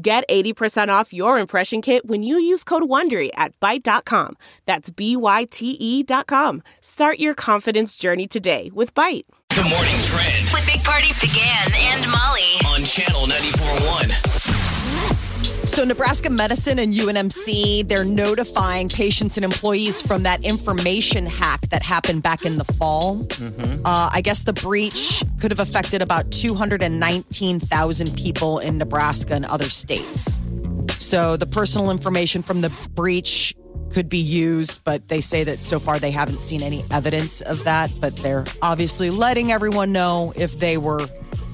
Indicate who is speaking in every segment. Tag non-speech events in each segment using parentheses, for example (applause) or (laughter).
Speaker 1: Get 80% off your impression kit when you use code WONDERY at Byte.com. That's B-Y-T-E E dot com. Start your confidence journey today with Byte.
Speaker 2: The morning trend
Speaker 3: With Big Party began and Molly.
Speaker 2: on channel 94.1.
Speaker 4: So, Nebraska Medicine and UNMC, they're notifying patients and employees from that information hack that happened back in the fall.
Speaker 5: Mm-hmm.
Speaker 4: Uh, I guess the breach could have affected about 219,000 people in Nebraska and other states. So, the personal information from the breach could be used, but they say that so far they haven't seen any evidence of that. But they're obviously letting everyone know if they were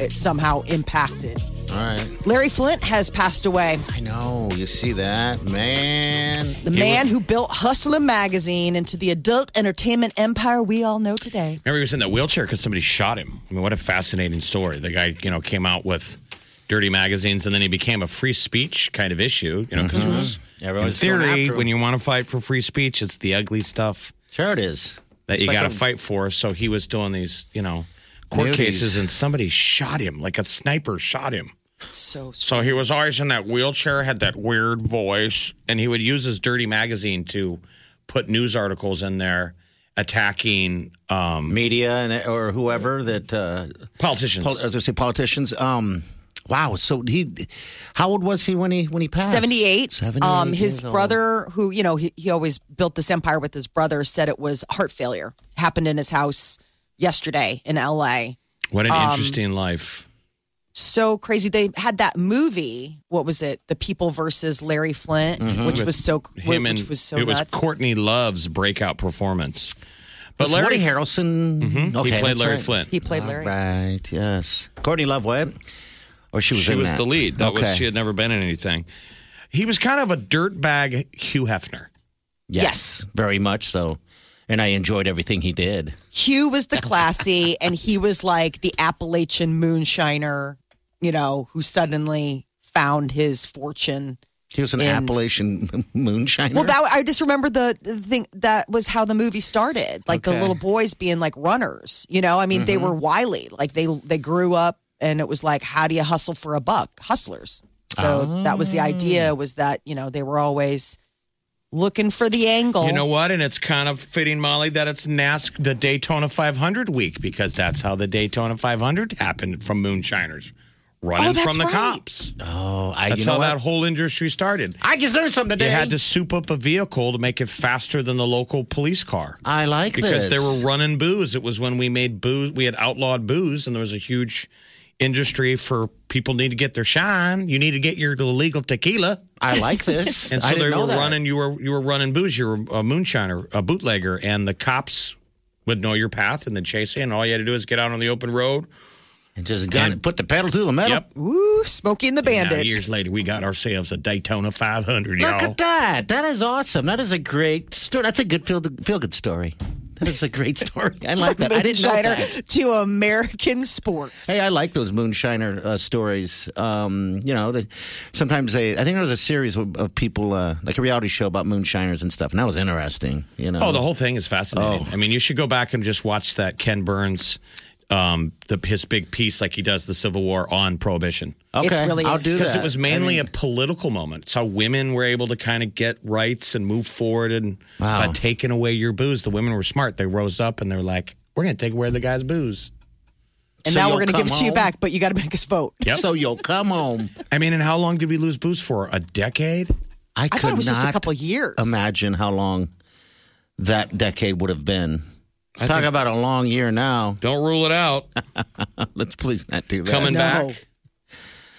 Speaker 4: eh, somehow impacted.
Speaker 5: All right.
Speaker 4: Larry Flint has passed away.
Speaker 5: I know. You see that, man?
Speaker 4: The man who built Hustler magazine into the adult entertainment empire we all know today.
Speaker 6: Remember, he was in that wheelchair because somebody shot him. I mean, what a fascinating story. The guy, you know, came out with dirty magazines, and then he became a free speech kind of issue. You know, because
Speaker 5: Mm-hmm.
Speaker 6: in
Speaker 5: Everyone's going
Speaker 6: theory,
Speaker 5: after him.
Speaker 6: when you want to fight for free speech, it's the ugly stuff
Speaker 5: Sure, it is.
Speaker 6: that
Speaker 5: It's
Speaker 6: you
Speaker 5: like
Speaker 6: got
Speaker 5: a-
Speaker 6: to fight for. So he was doing these, you know, court
Speaker 5: Nudies.
Speaker 6: cases, and somebody shot him like a sniper shot him.
Speaker 4: So
Speaker 6: So he was always in that wheelchair, had that weird voice, and he would use his dirty magazine to put news articles in there attacking um,
Speaker 5: Media and or whoever that uh,
Speaker 6: politicians.
Speaker 5: pol- as I say, politicians. Um, wow. So he, how old was he when he when he passed?
Speaker 4: 78.
Speaker 5: 78
Speaker 4: um, his
Speaker 5: years old.
Speaker 4: brother, who, you know, he, he always built this empire with his brother, said it was heart failure. Happened in his house yesterday in LA.
Speaker 6: what an interesting life.
Speaker 4: So crazy. They had that movie. What was it? The People versus Larry Flint, which was so
Speaker 6: Mm-hmm. him
Speaker 4: which
Speaker 6: and
Speaker 4: was so
Speaker 6: it was
Speaker 4: nuts.
Speaker 6: Courtney Love's breakout performance. But
Speaker 5: Was Woody
Speaker 6: Larry Mm-hmm.
Speaker 5: Harrelson.
Speaker 6: he played
Speaker 5: that's
Speaker 6: Larry
Speaker 5: right.
Speaker 6: Flint.
Speaker 4: he played
Speaker 5: All
Speaker 4: Larry.
Speaker 5: right. Yes. Courtney Love. What? Or she was.
Speaker 6: she
Speaker 5: in
Speaker 6: was
Speaker 5: that.
Speaker 6: the lead. That was
Speaker 5: Okay.
Speaker 6: she had never been in anything. He was kind of a dirtbag Hugh Hefner.
Speaker 5: Yes, Very much so. And I enjoyed everything he did.
Speaker 4: Hugh was the classy, and he was like the Appalachian moonshiner, you know, who suddenly found his fortune.
Speaker 5: He was an
Speaker 4: In-
Speaker 5: Appalachian (laughs) moonshiner.
Speaker 4: Well, that I just remember the, the thing that was how the movie started, like the
Speaker 5: Okay.
Speaker 4: little boys being like runners. You know, I mean, they were wily, like they they grew up, and it was like, how do you hustle for a buck? Hustlers. So that was the idea was that you know they were always looking for the angle.
Speaker 6: You know what? And it's kind of fitting, Molly, that it's NASC the Daytona 500 week because that's how the Daytona 500 happened from moonshiners running
Speaker 4: Oh, that's
Speaker 6: from the
Speaker 4: right.
Speaker 6: cops.
Speaker 5: oh, I,
Speaker 6: That's
Speaker 5: you know
Speaker 6: how
Speaker 5: what?
Speaker 6: that whole industry started.
Speaker 5: I just learned something
Speaker 6: They
Speaker 5: today.
Speaker 6: had to soup up a vehicle to make it faster than the local police car.
Speaker 5: I like
Speaker 6: because
Speaker 5: this.
Speaker 6: they were running booze. It was when we made booze, we had outlawed booze, and there was a huge industry for people need to get their shine. You need to get your illegal tequila,
Speaker 5: I like (laughs) this.
Speaker 6: and
Speaker 5: I
Speaker 6: so
Speaker 5: didn't
Speaker 6: they
Speaker 5: know
Speaker 6: were
Speaker 5: that.
Speaker 6: running. You were you were running booze. You were a moonshiner, a bootlegger, and the cops would know your path and then chase you. And all you had to do is get out on the open road.
Speaker 5: and just gun and put the pedal to the metal.
Speaker 6: Yep.
Speaker 4: Ooh, Smokey and the
Speaker 6: And now
Speaker 4: Bandit.
Speaker 6: (laughs) years later, we got ourselves a Daytona 500,
Speaker 5: Look
Speaker 6: y'all.
Speaker 5: at that. That is awesome. That is a great story. That's a good feel, feel good story. That is a great (laughs) story. I like that. I didn't know
Speaker 4: moonshiner
Speaker 5: that.
Speaker 4: to American sports.
Speaker 5: Hey, I like those moonshiner uh, stories. Um, you know, they, sometimes they. I think there was a series of, of people, uh, like a reality show about moonshiners and stuff, and that was interesting. You know,
Speaker 6: Oh, the whole thing is fascinating.
Speaker 5: Oh.
Speaker 6: I mean, you should go back and just watch that Ken Burns, um, the his big piece like he does the Civil War on Prohibition.
Speaker 5: okay,
Speaker 4: It's really-
Speaker 5: I'll do
Speaker 6: Because
Speaker 5: that.
Speaker 6: it was mainly a political moment. It's how women were able to kind of get rights and move forward. And
Speaker 5: Wow.
Speaker 6: by taking away your booze, the women were smart. They rose up and they were like, we're going to take away the guy's booze.
Speaker 4: and
Speaker 5: So
Speaker 4: now
Speaker 5: you'll
Speaker 4: we're going to give it
Speaker 5: come
Speaker 4: to you
Speaker 5: home?
Speaker 4: back, but you got to make us vote.
Speaker 6: Yep.
Speaker 5: So you'll come home.
Speaker 6: I mean, and how long did we lose booze for? A decade?
Speaker 5: I
Speaker 4: I
Speaker 5: could
Speaker 4: thought it was
Speaker 5: not
Speaker 4: just a couple years.
Speaker 5: imagine how long that decade would have been.
Speaker 6: I
Speaker 5: Talk
Speaker 6: think-
Speaker 5: about a long year now. (laughs)
Speaker 6: Don't rule it out.
Speaker 5: Let's please not do
Speaker 6: (laughs)
Speaker 5: that.
Speaker 6: Coming
Speaker 4: No.
Speaker 6: back.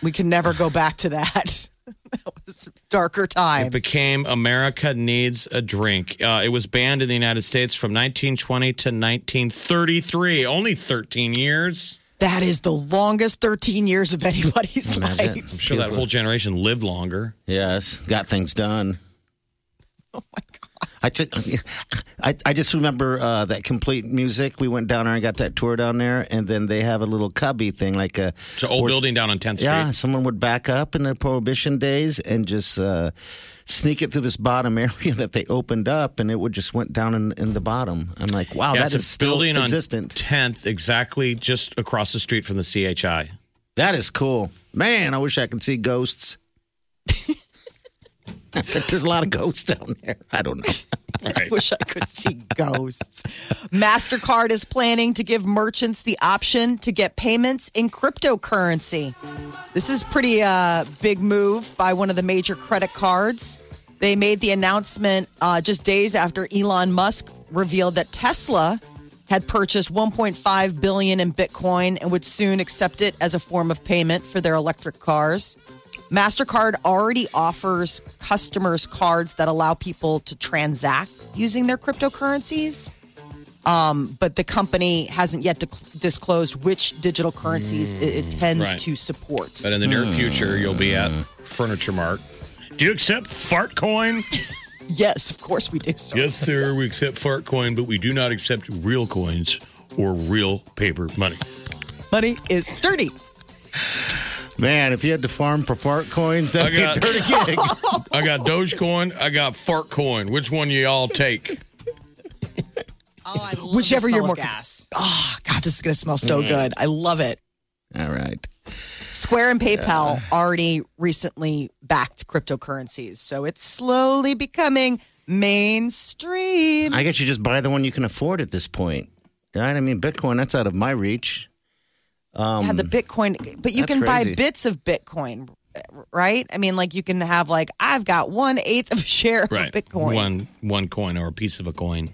Speaker 4: We can never go back to that. (laughs) that was darker
Speaker 6: It
Speaker 4: times.
Speaker 6: became America Needs a Drink. Uh, it was banned in the United States from 1920 to 1933, only 13 years.
Speaker 4: That is the longest 13 years of anybody's
Speaker 5: Imagine.
Speaker 4: life.
Speaker 6: I'm sure that whole generation lived longer.
Speaker 5: Yes, got things done.
Speaker 4: (laughs) Oh my God.
Speaker 5: I ju- (laughs) I- I just remember uh, that complete music. We went down there and got that tour down there, and then they have a little cubby thing, like a
Speaker 6: So old
Speaker 5: horse-
Speaker 6: building down on 10th Street.
Speaker 5: Yeah, someone would back up in the prohibition days and just uh, sneak it through this bottom (laughs) area that they opened up, and it would just went down in, in the bottom. I'm like, wow,
Speaker 6: Yeah,
Speaker 5: Oh, that
Speaker 6: it's
Speaker 5: is
Speaker 6: a
Speaker 5: still
Speaker 6: building on
Speaker 5: existent.
Speaker 6: 10th, exactly just across the street from the CHI.
Speaker 5: that is cool, man. I wish I could see (laughs) ghosts. There's a lot of ghosts down there. I don't know.
Speaker 4: I wish I could
Speaker 5: (laughs)
Speaker 4: see ghosts. MasterCard is planning to give merchants the option to get payments in cryptocurrency. This is pretty uh, big move by one of the major credit cards. They made the announcement uh, just days after Elon Musk revealed that Tesla had purchased 1.5 billion in Bitcoin and would soon accept it as a form of payment for their electric cars. MasterCard already offers customers cards that allow people to transact using their cryptocurrencies. Um, but the company hasn't yet dec- disclosed which digital currencies it intends
Speaker 6: Right.
Speaker 4: to support.
Speaker 6: But in the near
Speaker 5: Hmm.
Speaker 6: future, you'll be at Furniture Mart. Do you accept fart
Speaker 5: (laughs)
Speaker 6: coin?
Speaker 4: Yes, of course we do. Sir.
Speaker 6: yes, sir. We accept fart coin, but we do not accept real coins or real paper money.
Speaker 4: Money is dirty.
Speaker 5: Man, if you had to farm for fart coins, (laughs) that'd
Speaker 6: I
Speaker 5: be
Speaker 6: got-
Speaker 5: a dirty gig.
Speaker 6: I got Dogecoin. I got fart coin. Which one you all take?
Speaker 4: Oh, Whichever you're more gas. Oh God, this is gonna smell so good. I love it.
Speaker 5: All right.
Speaker 4: Square and PayPal already recently backed cryptocurrencies, so it's slowly becoming mainstream.
Speaker 5: I guess you just buy the one you can afford at this point. Right? I mean, Bitcoin, that's out of my reach.
Speaker 4: yeah, the Bitcoin, but you
Speaker 5: that's
Speaker 4: can buy
Speaker 5: crazy.
Speaker 4: bits of Bitcoin, right? I mean, like you can have like I've got one eighth of a share of Bitcoin.
Speaker 6: One one coin or a piece of a coin.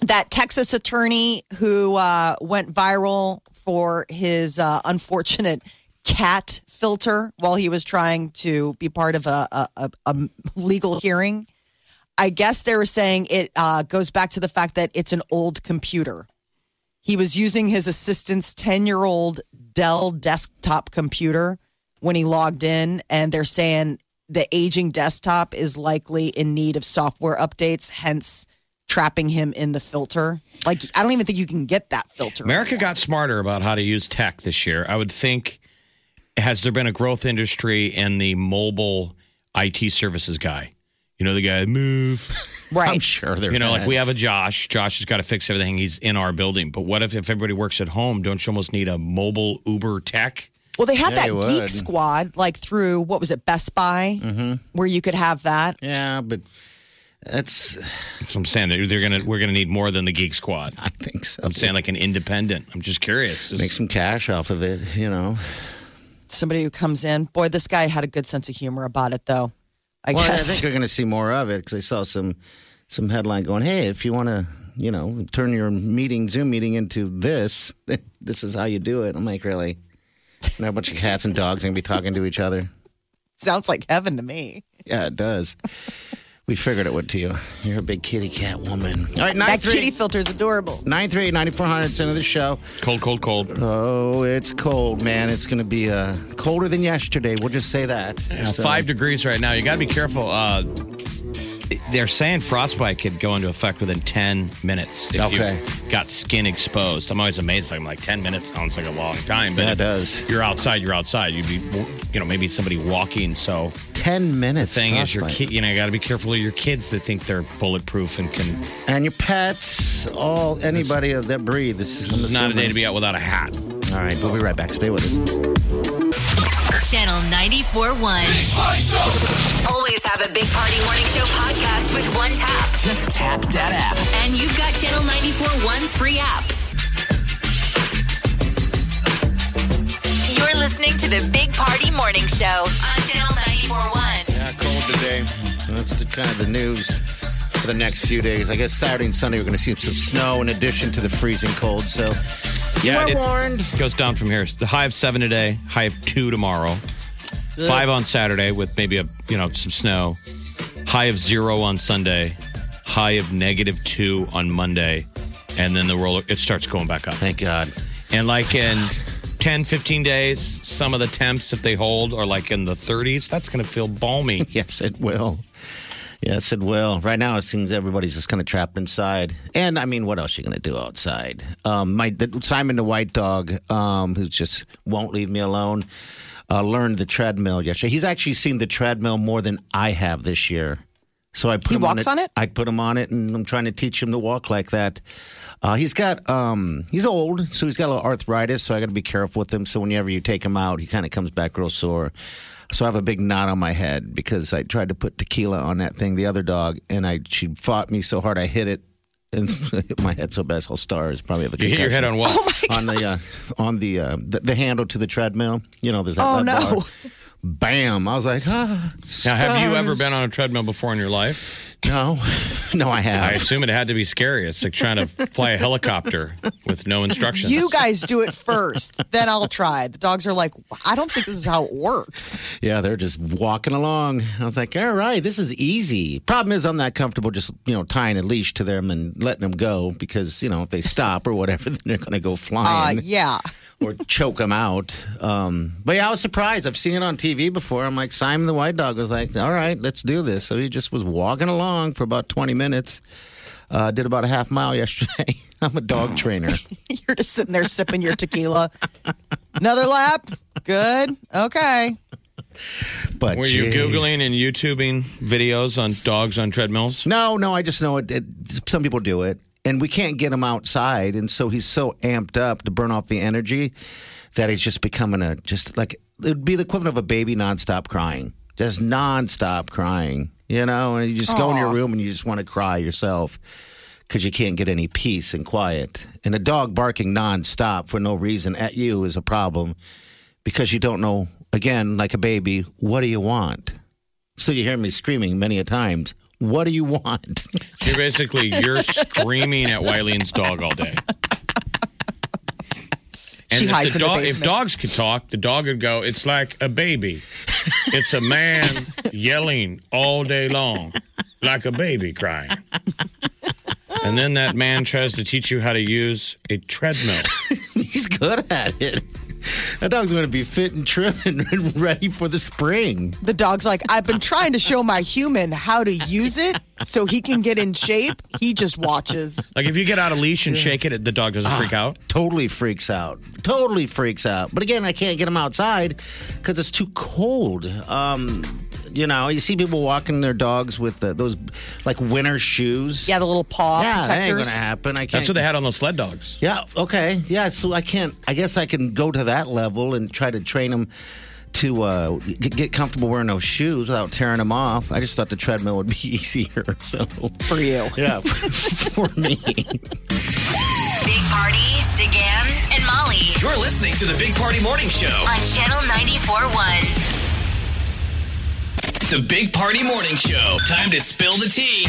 Speaker 4: that Texas attorney who uh, went viral for his uh, unfortunate cat filter while he was trying to be part of a, a, a, a legal hearing. I guess they were saying it uh, goes back to the fact that it's an old computer. He was using his assistant's 10 year old Dell desktop computer when he logged in, and they're saying the aging desktop is likely in need of software updates, hence trapping him in the filter. Like, I don't even think you can get that filter.
Speaker 6: America got smarter about how to use tech this year. I would think has there been a growth industry in the mobile IT services guy? You know the guy move.
Speaker 5: I'm
Speaker 4: right.
Speaker 5: sure there
Speaker 6: You know, like
Speaker 5: is.
Speaker 6: we have a Josh. Josh has got to fix everything. He's in our building. But what if if everybody works at home? Don't you almost need a mobile Uber tech?
Speaker 4: Well, they had
Speaker 5: Yeah,
Speaker 4: that
Speaker 5: you
Speaker 4: Geek
Speaker 5: would.
Speaker 4: Squad, like through what was it, Best Buy, where you could have that.
Speaker 5: Yeah, but that's,
Speaker 6: So I'm saying that they're gonna we're gonna need more than the Geek Squad.
Speaker 5: I think so.
Speaker 6: I'm saying like an independent. I'm just curious. Just-
Speaker 5: Make some cash off of it, you know.
Speaker 4: Somebody who comes in. Boy, this guy had a good sense of humor about it, though. I
Speaker 5: Well, I
Speaker 4: guess.
Speaker 5: think we're going to see more of it because I saw some some headline going, hey, if you want to, you know, turn your meeting, Zoom meeting into this, (laughs) this is how you do it. I'm like, really? Now a bunch of cats and dogs going to be talking to each other.
Speaker 4: (laughs) Sounds like heaven to me.
Speaker 5: Yeah, it does. we figured it would to you. You're a big kitty cat woman. All right,
Speaker 4: That
Speaker 5: 93
Speaker 4: kitty filter is adorable.
Speaker 5: 938 9400, send of the show.
Speaker 6: cold, cold, cold.
Speaker 5: Oh, it's cold, man. It's going to be uh, colder than yesterday. We'll just say that. So-
Speaker 6: Five degrees right now. You got to be careful. Uh, they're saying frostbite could go into effect within 10 minutes if
Speaker 5: Okay.
Speaker 6: you got skin exposed. I'm always amazed. I'm like, 10 minutes sounds like a long time. But
Speaker 5: Yeah, it
Speaker 6: if
Speaker 5: does.
Speaker 6: You're outside, you're outside. You'd be, you know, maybe somebody walking. So,
Speaker 5: 10 minutes.
Speaker 6: thing is, your
Speaker 5: frostbite.
Speaker 6: kid, you know, you got to be careful of your kids that think they're bulletproof and can.
Speaker 5: And your pets, all anybody that breathes. I'm
Speaker 6: It's not a day to
Speaker 5: assuming.
Speaker 6: be out without a hat.
Speaker 5: All right, we'll be right back. Stay with us.
Speaker 3: Channel 94.1. Always have a Big Party Morning Show podcast with one tap. Just tap that app. And you've got Channel 94.1's free app. You're listening to the Big Party Morning Show on Channel 94.1.
Speaker 5: Yeah, cold today. That's the kind of the news for the next few days. I guess Saturday and Sunday we're going to see some snow in addition to the freezing cold. So
Speaker 6: Yeah,
Speaker 5: you
Speaker 6: it-
Speaker 5: are warned.
Speaker 6: goes down from here. The high of seven today, high of two tomorrow, five on Saturday with maybe a you know some snow, high of zero on Sunday, high of negative two on Monday, and then the roller it starts going back up.
Speaker 5: Thank God.
Speaker 6: And like in 10, 15 days, some of the temps, if they hold, are like in the 30s. That's going to feel balmy.
Speaker 5: (laughs) Yes, it will. Yes, it will. Right now, it seems everybody's just kind of trapped inside. And I mean, what else are you going to do outside? Um, my the, Simon the White Dog, um, who just won't leave me alone, uh, learned the treadmill yesterday. He's actually seen the treadmill more than I have this year. So I put
Speaker 4: He
Speaker 5: him
Speaker 4: walks on
Speaker 5: on it.
Speaker 4: it?
Speaker 5: I put him on it, and I'm trying to teach him to walk like that. Uh, he's got um, he's old, so he's got a little arthritis. So I got to be careful with him. So whenever you take him out, he kind of comes back real sore. So I have a big knot on my head because I tried to put tequila on that thing, the other dog, and I she fought me so hard I hit it and (laughs) hit my head so bad it's all stars. Probably have a
Speaker 6: You hit your head on what?
Speaker 5: on the uh, on the, uh, the the handle to the treadmill. You know, there's that,
Speaker 4: Oh,
Speaker 5: that
Speaker 4: no.
Speaker 5: bar. Bam! I was like, ah.
Speaker 6: now, have you
Speaker 5: stars.
Speaker 6: ever been on a treadmill before in your life?
Speaker 5: No, (laughs) no, I have.
Speaker 6: I assume it had to be scary. It's like trying to fly a helicopter with no instructions.
Speaker 4: You guys do it first, (laughs) then I'll try. The dogs are like, I don't think this is how it works.
Speaker 5: Yeah, they're just walking along. I was like, all right, this is easy. Problem is, I'm not comfortable just, you know, tying a leash to them and letting them go because, you know, if they stop or whatever, (laughs) then they're going to go
Speaker 4: Uh,
Speaker 5: flying
Speaker 4: yeah. (laughs)
Speaker 5: or choke them out. Um, but yeah, I was surprised. I've seen it on TV before. I'm like, Simon the White Dog was like, all right, let's do this. So he just was walking along for about 20 minutes. Uh, did about a half mile (laughs) yesterday. I'm a dog trainer.
Speaker 4: You're just sitting there sipping your tequila. Another lap. Good. Okay.
Speaker 5: But
Speaker 6: Were you
Speaker 5: geez.
Speaker 6: Googling and YouTubing videos on dogs on treadmills?
Speaker 5: No, no, I just know it, it. Some people do it, and we can't get him outside, and so he's so amped up to burn off the energy that he's just becoming a just like it would be the equivalent of a baby nonstop crying, just nonstop crying. You know, and you just go in your room and you just want to cry yourself because you can't get any peace and quiet. And a dog barking nonstop for no reason at you is a problem because you don't know, again, like a baby, what do you want? So you hear me screaming many a times, what do you want? (laughs)
Speaker 6: You're basically
Speaker 4: (laughs)
Speaker 6: you're screaming at Wileen's dog all day.
Speaker 4: She
Speaker 6: if
Speaker 4: hides
Speaker 6: the
Speaker 4: in the
Speaker 6: dog- If
Speaker 4: basement.
Speaker 6: dogs could talk, the dog would go, "It's like a baby. It's
Speaker 4: (laughs)
Speaker 6: a man yelling all day long, like a baby crying." And then that man tries to teach you how to use a treadmill.
Speaker 5: He's good at it. That dog's going to be fit and trim (laughs) and ready for the spring.
Speaker 4: The dog's like, I've been trying to show my human how to use it so he can get in shape. He just watches.
Speaker 6: Like if you get out a leash and shake it, the dog doesn't
Speaker 4: Ah.
Speaker 6: freak out.
Speaker 5: Totally freaks out. Totally freaks out. But again, I can't get him outside because it's too cold. Um, you know, you see people walking their dogs with uh, those like winter shoes.
Speaker 4: Yeah, the little paw
Speaker 5: yeah, that ain't going
Speaker 4: protectors.
Speaker 5: to happen. I can't.
Speaker 6: That's what they had on those sled dogs.
Speaker 5: Yeah. Okay. Yeah. So I can't. I guess I can go to that level and try to train them to uh, g- get comfortable wearing those shoes without tearing them off. I just thought the treadmill would be (laughs) easier. So
Speaker 4: for you.
Speaker 5: yeah, (laughs) for me.
Speaker 3: Big Party, DeGan, and Molly
Speaker 2: You're listening to the Big Party Morning Show.
Speaker 3: on Channel 94.1.
Speaker 2: The Big Party Morning Show. Time to spill the tea.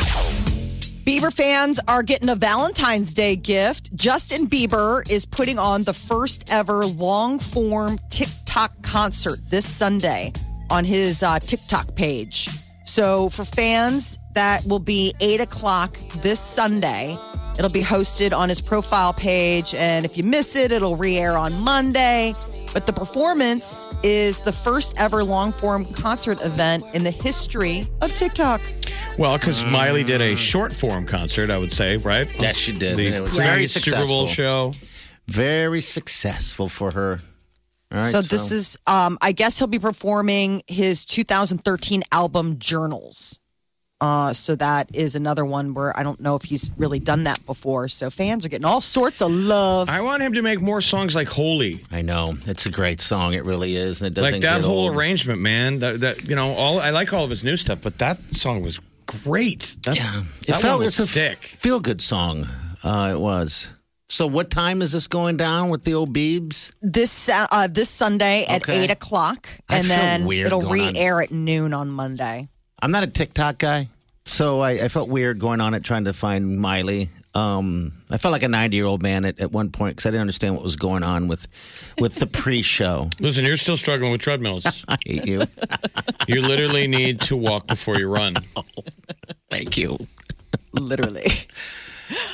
Speaker 4: Bieber fans are getting a Valentine's Day gift. Justin Bieber is putting on the first ever long form TikTok concert this Sunday on his uh, TikTok page. So for fans, that will be 8 o'clock this Sunday. It'll be hosted on his profile page. And if you miss it, it'll re air on Monday. But the performance is the first ever long form concert event in the history of TikTok.
Speaker 6: Well, because Miley did a short form concert, I would say, right?
Speaker 5: Yes, she did,
Speaker 6: The
Speaker 5: and it Mm. was
Speaker 6: very
Speaker 5: very
Speaker 6: Super Bowl
Speaker 5: successful.
Speaker 6: show.
Speaker 5: Very successful for her. All right.
Speaker 4: So this is, um, I guess he'll be performing his 2013 album Journals. Uh, so that is another one where I don't know if he's really done that before. So fans are getting all sorts of love.
Speaker 6: I want him to make more songs like "Holy,"
Speaker 5: I know it's a great song. It really is, and it doesn't
Speaker 6: like that
Speaker 5: get
Speaker 6: whole
Speaker 5: old.
Speaker 6: arrangement, man. That, that you know, all I like all of his new stuff, but that song was great. That,
Speaker 5: Yeah, it
Speaker 6: that
Speaker 5: felt
Speaker 6: one will
Speaker 5: it's a
Speaker 6: stick.
Speaker 5: feel good song. Uh, it was. So what time is this going down with the old Biebs?
Speaker 4: This uh, uh, this Sunday at
Speaker 5: Okay.
Speaker 4: eight o'clock,
Speaker 5: I
Speaker 4: and
Speaker 5: feel
Speaker 4: then
Speaker 5: weird
Speaker 4: it'll
Speaker 5: going on.
Speaker 4: re-air at noon on Monday.
Speaker 5: I'm not a TikTok guy, so I, I felt weird going on it trying to find Miley. Um, I felt like a 90 year old man at, at one point because I didn't understand what was going on with with the
Speaker 4: (laughs)
Speaker 5: pre show.
Speaker 6: Listen, you're still struggling with
Speaker 5: (laughs)
Speaker 6: treadmills.
Speaker 5: I hate you.
Speaker 6: you literally need to walk before you run.
Speaker 5: Thank you.
Speaker 4: (laughs) Literally.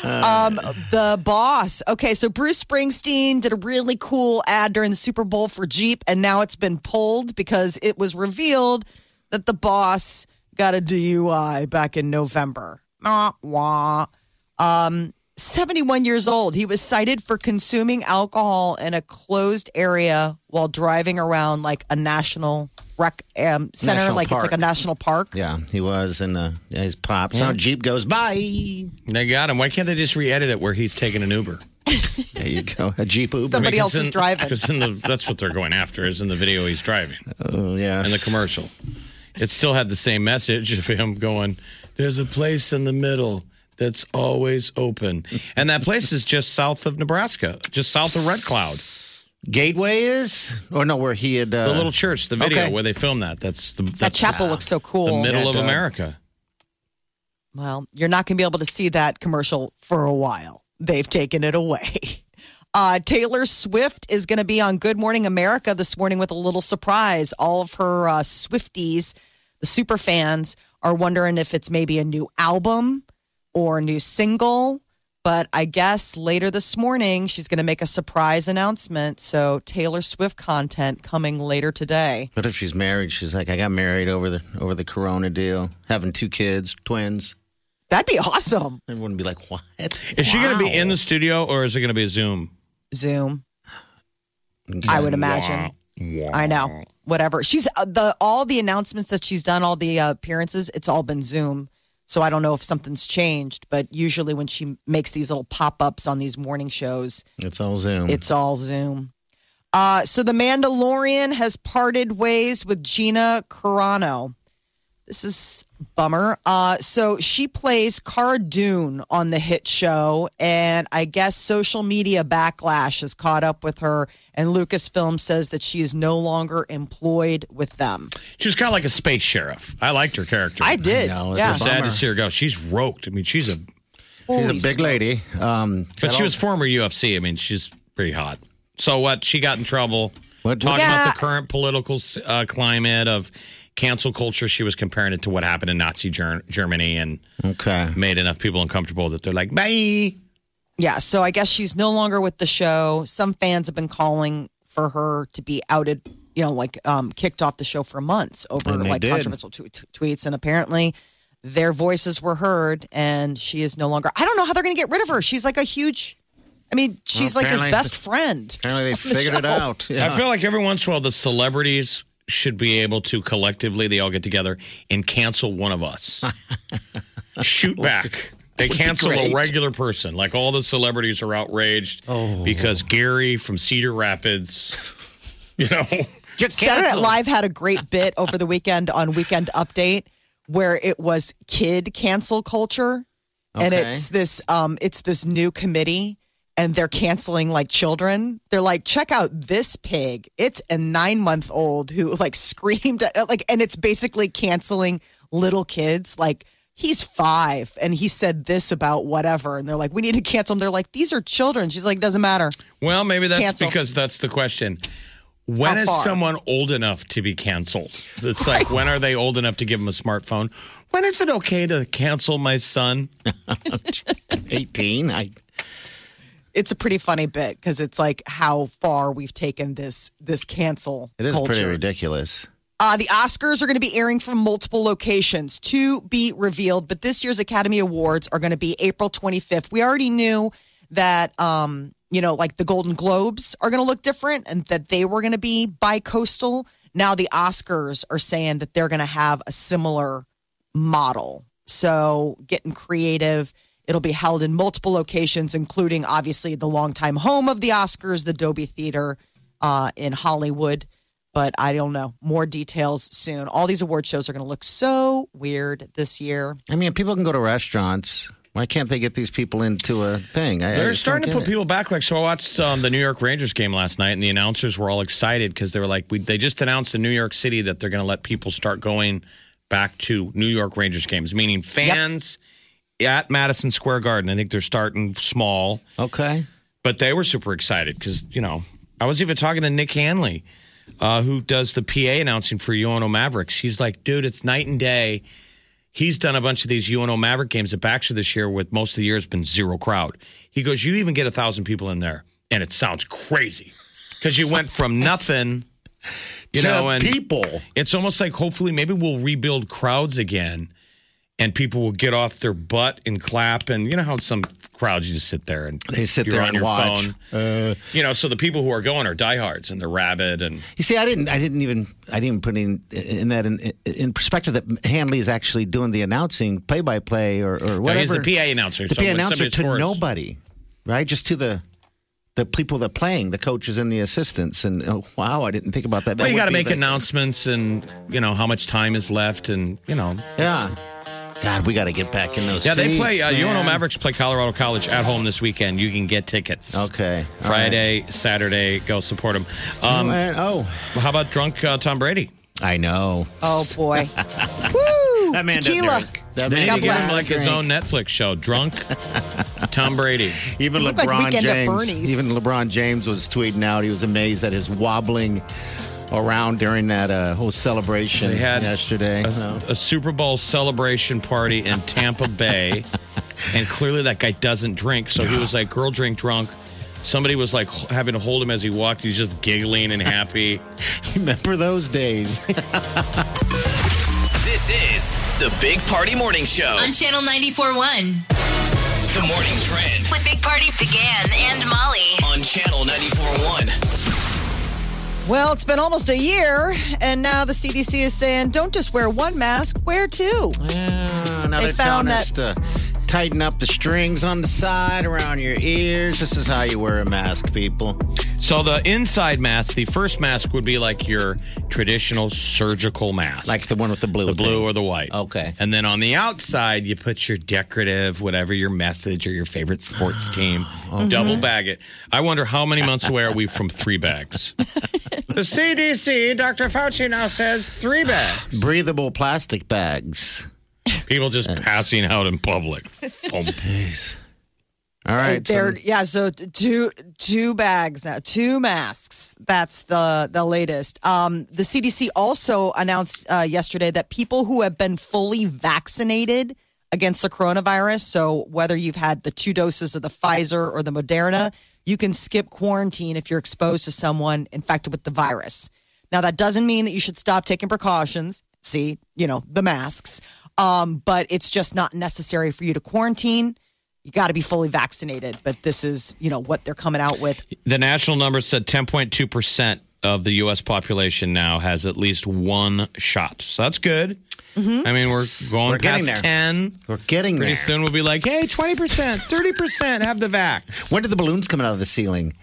Speaker 4: Um, The boss. Okay, so Bruce Springsteen did a really cool ad during the Super Bowl for Jeep, and now it's been pulled because it was revealed that the boss got a DUI back in November. Wah, wah. Um, 71 years old. He was cited for consuming alcohol in a closed area while driving around like a national rec um, center,
Speaker 5: National
Speaker 4: like it's like
Speaker 5: park.
Speaker 4: a national park.
Speaker 5: Yeah, he was, and uh, yeah, his pops. Now Jeep goes by.
Speaker 6: They got him. Why can't they just re-edit it where he's taking an Uber?
Speaker 5: There you go, a Jeep Uber.
Speaker 4: Somebody else
Speaker 6: Because
Speaker 4: is
Speaker 6: in- (laughs)
Speaker 4: driving.
Speaker 6: Because in the, that's what they're going after is in the video he's driving
Speaker 5: Oh, yeah,
Speaker 6: in the commercial. It still had the same message of him going, "There's a place in the middle that's always open," and that place is just south of Nebraska, just south of Red Cloud,
Speaker 5: Gateway is, or no, where he had uh,
Speaker 6: the little church, the video
Speaker 5: okay.
Speaker 6: where they filmed that. That's the
Speaker 4: That
Speaker 6: that's
Speaker 4: chapel looks so cool.
Speaker 6: the middle
Speaker 5: Yeah,
Speaker 6: of
Speaker 5: duh.
Speaker 6: America.
Speaker 4: Well, you're not going to be able to see that commercial for a while. They've taken it away. (laughs) Uh, Taylor Swift is going to be on Good Morning America this morning with a little surprise. All of her uh, Swifties, the super fans, are wondering if it's maybe a new album or a new single. But I guess later this morning, she's going to make a surprise announcement. So, Taylor Swift content coming later today.
Speaker 5: But if she's married, she's like, I got married over the over the Corona deal, having two kids, twins.
Speaker 4: That'd be awesome.
Speaker 5: Everyone would be like, what?
Speaker 6: Is she going to be in the studio or is it going to be a Zoom?
Speaker 4: Zoom, I would imagine.
Speaker 6: Wah, wah.
Speaker 4: I know. Whatever. She's uh, the all the announcements that she's done, all the uh, appearances. It's all been Zoom. So I don't know if something's changed, but usually when she makes these little pop ups on these morning shows,
Speaker 5: It's all Zoom.
Speaker 4: it's all Zoom. Uh, so the Mandalorian has parted ways with Gina Carano. This is a bummer. Uh, so she plays Cara Dune on the hit show, and I guess social media backlash has caught up with her. And Lucasfilm says that she is no longer employed with them.
Speaker 6: She was kind of like a space sheriff. I liked her character.
Speaker 4: I did,
Speaker 5: know, it's
Speaker 4: yeah.
Speaker 5: a
Speaker 6: Sad
Speaker 5: Bummer.
Speaker 6: to see her go. She's roped. I mean, she's a
Speaker 5: she's a
Speaker 4: Holy
Speaker 5: big
Speaker 4: smokes.
Speaker 5: lady. Um,
Speaker 6: But
Speaker 5: I
Speaker 6: she
Speaker 5: don't-
Speaker 6: was former UFC. I mean, she's pretty hot. So what? She got in trouble.
Speaker 5: What-
Speaker 6: Talking
Speaker 4: Yeah.
Speaker 6: about the current political uh, climate of cancel culture, she was comparing it to what happened in Nazi Ger- Germany and
Speaker 5: okay.
Speaker 6: made enough people uncomfortable that they're like, bye.
Speaker 4: Yeah, so I guess she's no longer with the show. Some fans have been calling for her to be outed, you know, like um, kicked off the show for months over
Speaker 5: And they
Speaker 4: like
Speaker 5: did.
Speaker 4: controversial t- t- tweets. And apparently their voices were heard and she is no longer. I don't know how they're going to get rid of her. She's like a huge, I mean, she's like his
Speaker 5: apparently-
Speaker 4: best friend.
Speaker 5: Apparently they
Speaker 4: on the
Speaker 5: figured it
Speaker 4: show.
Speaker 5: out. Yeah.
Speaker 6: I feel like every once in a while the celebrities should be able to collectively, they all get together and cancel one of us. Shoot back. They cancel a
Speaker 5: great.
Speaker 6: regular person. Like all the celebrities are outraged because Gary from Cedar Rapids, (laughs) you know.
Speaker 5: You're
Speaker 4: Saturday Night
Speaker 6: (laughs)
Speaker 5: canceled.
Speaker 4: Live had a great bit over the weekend on Weekend Update where it was kid cancel culture, and
Speaker 5: Okay.
Speaker 4: it's this um, it's this new committee, and they're canceling like children. They're like, check out this pig. It's a nine month old who like (laughs) screamed at, like, and it's basically canceling little kids like. He's five, and he said this about whatever, and they're like, "We need to cancel him." They're like, "These are children." She's like, "Doesn't matter."
Speaker 6: Well, maybe that's
Speaker 4: Cancel.
Speaker 6: because that's the question. When
Speaker 4: How
Speaker 6: is
Speaker 4: far?
Speaker 6: someone old enough to be canceled? It's like, when are they old enough to give them a smartphone? When is it okay to cancel my son?
Speaker 5: 18. I,
Speaker 4: it's a pretty funny bit because it's like how far we've taken this this cancel
Speaker 5: it is
Speaker 4: culture.
Speaker 5: pretty ridiculous.
Speaker 4: Uh, the Oscars are going to be airing from multiple locations to be revealed, but this year's Academy Awards are going to be April 25th. We already knew that, um, you know, like the Golden Globes are going to look different and that they were going to be bi coastal. Now the Oscars are saying that they're going to have a similar model. So getting creative. It'll be held in multiple locations, including obviously the longtime home of the Oscars, the Dolby Theater uh, in Hollywood. But I don't know. More details soon. All these award shows are going to look so weird this year.
Speaker 5: I mean, people can go to restaurants. Why can't they get these people into a thing? I, I
Speaker 6: They're
Speaker 5: just
Speaker 6: starting to
Speaker 5: don't
Speaker 6: put
Speaker 5: get it.
Speaker 6: people back. Like, so I watched um, the New York Rangers game last night, and the announcers were all excited because they were like, we, they just announced in New York City that they're going to let people start going back to New York Rangers games, meaning fans at Madison Square Garden. I think they're starting small.
Speaker 5: Okay.
Speaker 6: but they were super excited because you know I was even talking to Nick Hanley, uh, who does the PA announcing for UNO Mavericks. He's like, dude, it's night and day. He's done a bunch of these UNO Maverick games at Baxter this year with most of the year has been zero crowd. He goes, You even get a thousand people in there. And it sounds crazy because you went from nothing, you
Speaker 7: To
Speaker 6: know, and
Speaker 7: people.
Speaker 6: it's almost like hopefully maybe we'll rebuild crowds again and people will get off their butt and clap. And you know how some crowds you just sit there and
Speaker 5: They sit
Speaker 6: you're
Speaker 5: there
Speaker 6: on
Speaker 5: and
Speaker 6: your
Speaker 5: watch. Uh,
Speaker 6: phone. you know, so the people who are going are diehards and they're rabid and
Speaker 5: You see, I didn't, I didn't even, I didn't even put in, in that in, in perspective that Hanley is actually doing the announcing, play by play, or or
Speaker 6: No,
Speaker 5: whatever.
Speaker 6: he's the PA announcer.
Speaker 5: the
Speaker 6: so
Speaker 5: PA
Speaker 6: when
Speaker 5: announcer
Speaker 6: somebody
Speaker 5: to
Speaker 6: scores-
Speaker 5: nobody, right? Just to the the people that are playing, the coaches and the assistants. And oh, wow, I didn't think about that. that
Speaker 6: Well, you
Speaker 5: would
Speaker 6: got to
Speaker 5: be
Speaker 6: make
Speaker 5: the-
Speaker 6: announcements and, you know, how much time is left and, you know.
Speaker 5: Yeah. God, we got to get back in those.
Speaker 6: Yeah, they
Speaker 5: seats,
Speaker 6: play, uh, UNO
Speaker 5: man.
Speaker 6: Mavericks play Colorado College at home this weekend. You can get tickets.
Speaker 5: Okay. all
Speaker 6: Friday, Saturday, go support them.
Speaker 5: right.
Speaker 6: Um,
Speaker 5: And- oh,
Speaker 6: how about drunk uh, Tom Brady?
Speaker 5: I know. (laughs)
Speaker 4: Oh boy. Woo!
Speaker 5: That man doesn't
Speaker 4: Tequila.
Speaker 5: drink. That
Speaker 6: They
Speaker 5: man
Speaker 6: need to
Speaker 4: God
Speaker 6: give him
Speaker 5: doesn't
Speaker 4: bless.
Speaker 6: like his
Speaker 5: drink.
Speaker 6: own Netflix show, Drunk Tom Brady.
Speaker 5: Even
Speaker 4: looked like
Speaker 5: LeBron
Speaker 4: Weekend at
Speaker 5: James.
Speaker 4: Bernie's.
Speaker 5: Even LeBron James was tweeting out. He was amazed at his wobbling around during that uh, whole celebration
Speaker 6: They had
Speaker 5: yesterday.
Speaker 6: A Super Bowl celebration party in Tampa Bay. and clearly that guy doesn't drink. So he was like, girl drink drunk. Somebody was like h- having to hold him as he walked. He's just giggling and happy.
Speaker 5: (laughs) Remember those days?
Speaker 2: This is the Big Party Morning Show.
Speaker 3: On Channel 94.1.
Speaker 2: The morning trend
Speaker 3: With Big Party began and Molly.
Speaker 2: on Channel 94.1.
Speaker 4: Well, it's been almost a year, and now the CDC is saying don't just wear one mask, wear two.
Speaker 5: yeah, now
Speaker 4: They
Speaker 5: they're telling
Speaker 4: found
Speaker 5: us to tighten up the strings on the side around your ears. This is how you wear a mask, people.
Speaker 6: So the inside mask, the first mask would be like your traditional surgical mask.
Speaker 5: Like the one with the blue.
Speaker 6: the blue
Speaker 5: thing.
Speaker 6: or the white.
Speaker 5: Okay.
Speaker 6: And then on the outside, you put your decorative, whatever your message or your favorite
Speaker 5: (gasps)
Speaker 6: sports team, double bag it. I wonder how many months away are we from three bags? the CDC, Dr. Fauci now says three bags.
Speaker 5: breathable plastic bags.
Speaker 6: People just passing out in
Speaker 5: (laughs)
Speaker 6: public. Oh,
Speaker 5: Jeez. All right. so-
Speaker 4: They're- yeah, so two two bags now, two masks. That's the the latest. Um, the CDC also announced uh, yesterday that people who have been fully vaccinated against the coronavirus, so whether you've had the two doses of the Pfizer or the Moderna, you can skip quarantine if you're exposed to someone infected with the virus. Now that doesn't mean that you should stop taking precautions. See, you know the masks, um, but it's just not necessary for you to quarantine you got to be fully vaccinated. But this is, you know, what they're coming out with.
Speaker 6: The national number said 10.2% of the U.S. population now has at least one shot. So that's good. I mean, we're going
Speaker 5: Mm-hmm. We're
Speaker 6: past
Speaker 5: getting there.
Speaker 6: 10.
Speaker 5: we're getting
Speaker 6: Pretty
Speaker 5: there.
Speaker 6: soon we'll be like, hey, 20%, 30% have the vax.
Speaker 5: When did the balloons come out of the ceiling?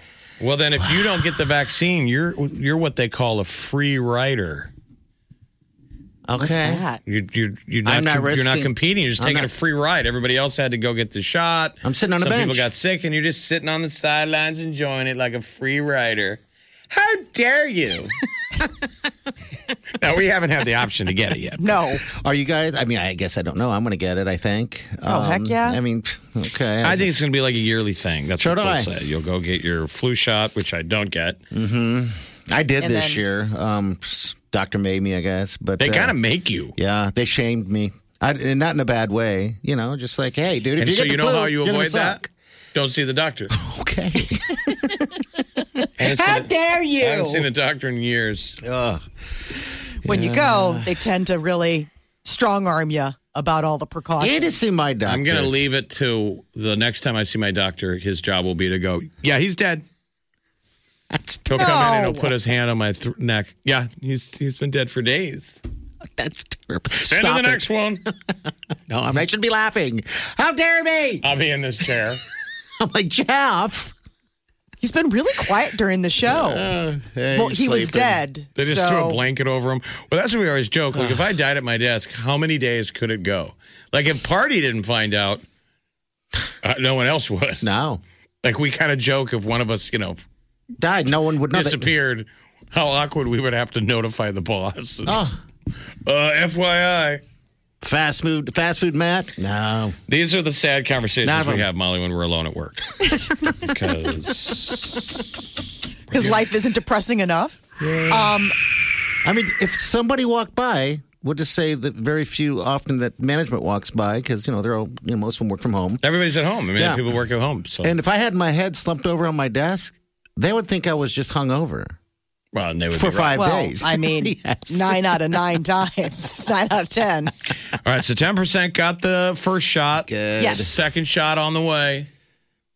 Speaker 6: Well, then if you don't get the vaccine, you're you're what they call a free rider.
Speaker 5: Okay.
Speaker 4: What's that?
Speaker 6: You're you're, you're not,
Speaker 5: I'm not
Speaker 6: you're not
Speaker 5: risking-
Speaker 6: competing. You're just
Speaker 5: I'm
Speaker 6: taking
Speaker 5: not-
Speaker 6: a free ride. Everybody else had to go get the shot.
Speaker 5: I'm sitting on a
Speaker 6: Some people
Speaker 5: bench.
Speaker 6: got sick, and you're just sitting on the sidelines enjoying it like a free rider. How dare
Speaker 5: (laughs)
Speaker 6: you? now we haven't had the option to get it yet.
Speaker 4: No,
Speaker 5: Are you guys? I mean, I guess I don't know. I'm going to get it. I think. Um,
Speaker 4: Oh, heck yeah.
Speaker 5: I mean, pff, okay.
Speaker 6: I think it's going to be like a yearly thing. That's
Speaker 5: So
Speaker 6: what
Speaker 5: do
Speaker 6: they'll
Speaker 5: I.
Speaker 6: say. You'll go get your flu shot, which I don't get.
Speaker 5: I did
Speaker 4: And
Speaker 5: this
Speaker 4: then-
Speaker 5: year. Um, doctor made me, I guess, but
Speaker 6: They
Speaker 5: uh,
Speaker 6: kind of make you.
Speaker 5: yeah, they shamed me. I, and not in a bad way, you know, just like, hey, dude, if
Speaker 6: And
Speaker 5: you
Speaker 6: so
Speaker 5: get
Speaker 6: you
Speaker 5: the
Speaker 6: know
Speaker 5: flu,
Speaker 6: how you
Speaker 5: you're gonna
Speaker 6: avoid that?
Speaker 5: suck.
Speaker 6: Don't see the doctor.
Speaker 5: Okay.
Speaker 6: (laughs) How dare you? I haven't seen a doctor in years.
Speaker 5: Ugh.
Speaker 4: when you go, they tend to really strong arm you about all the precautions.
Speaker 5: You need to see my doctor.
Speaker 6: I'm going to leave it to the next time I see my doctor. His job will be to go, yeah, he's dead.
Speaker 5: That's,
Speaker 6: (laughs) He'll come in and
Speaker 4: No.
Speaker 6: he'll put his hand on my th- neck. Yeah, he's he's been dead for days.
Speaker 5: that's terrible.
Speaker 6: Send
Speaker 5: Stop
Speaker 6: to the
Speaker 5: it.
Speaker 6: next one.
Speaker 5: No, I'm- I should be laughing. How dare me? (laughs)
Speaker 6: I'll be in this chair.
Speaker 5: I'm like Jeff.
Speaker 4: He's been really quiet during the show. well, he was dead.
Speaker 6: They just
Speaker 4: so
Speaker 6: threw a blanket over him. Well, that's what we always joke. Like, if I died at my desk, how many days could it go? Like, if Party didn't find out, (sighs) uh, no one else would.
Speaker 5: No,
Speaker 6: Like, we kind of joke if one of us, you know,
Speaker 5: died. No one would know. that-
Speaker 6: disappeared, how awkward we would have to notify the boss.
Speaker 5: Oh.
Speaker 6: Uh, FYI.
Speaker 5: Fast food, fast food, Matt. No,
Speaker 6: These are the sad conversations
Speaker 5: None of
Speaker 6: we
Speaker 5: them.
Speaker 6: have, Molly, when we're alone at
Speaker 5: (laughs)
Speaker 6: work. because
Speaker 4: his life isn't depressing enough. Um,
Speaker 5: I mean, if somebody walked by, we'll just say that very few often that management walks by because you know they're all you know most of them work from home.
Speaker 6: Everybody's at home. I mean,
Speaker 5: Yeah.
Speaker 6: people work at home. So,
Speaker 5: And if I had my head slumped over on my desk, they would think I was just hungover
Speaker 6: well, and they would
Speaker 5: for
Speaker 6: be right.
Speaker 5: five
Speaker 4: Well,
Speaker 5: days.
Speaker 4: I mean,
Speaker 5: (laughs) Yes.
Speaker 4: nine out of nine (laughs) times, nine out of 10.
Speaker 6: All right, so ten percent got the first shot.
Speaker 5: Good.
Speaker 4: Yes.
Speaker 6: Second shot on the way.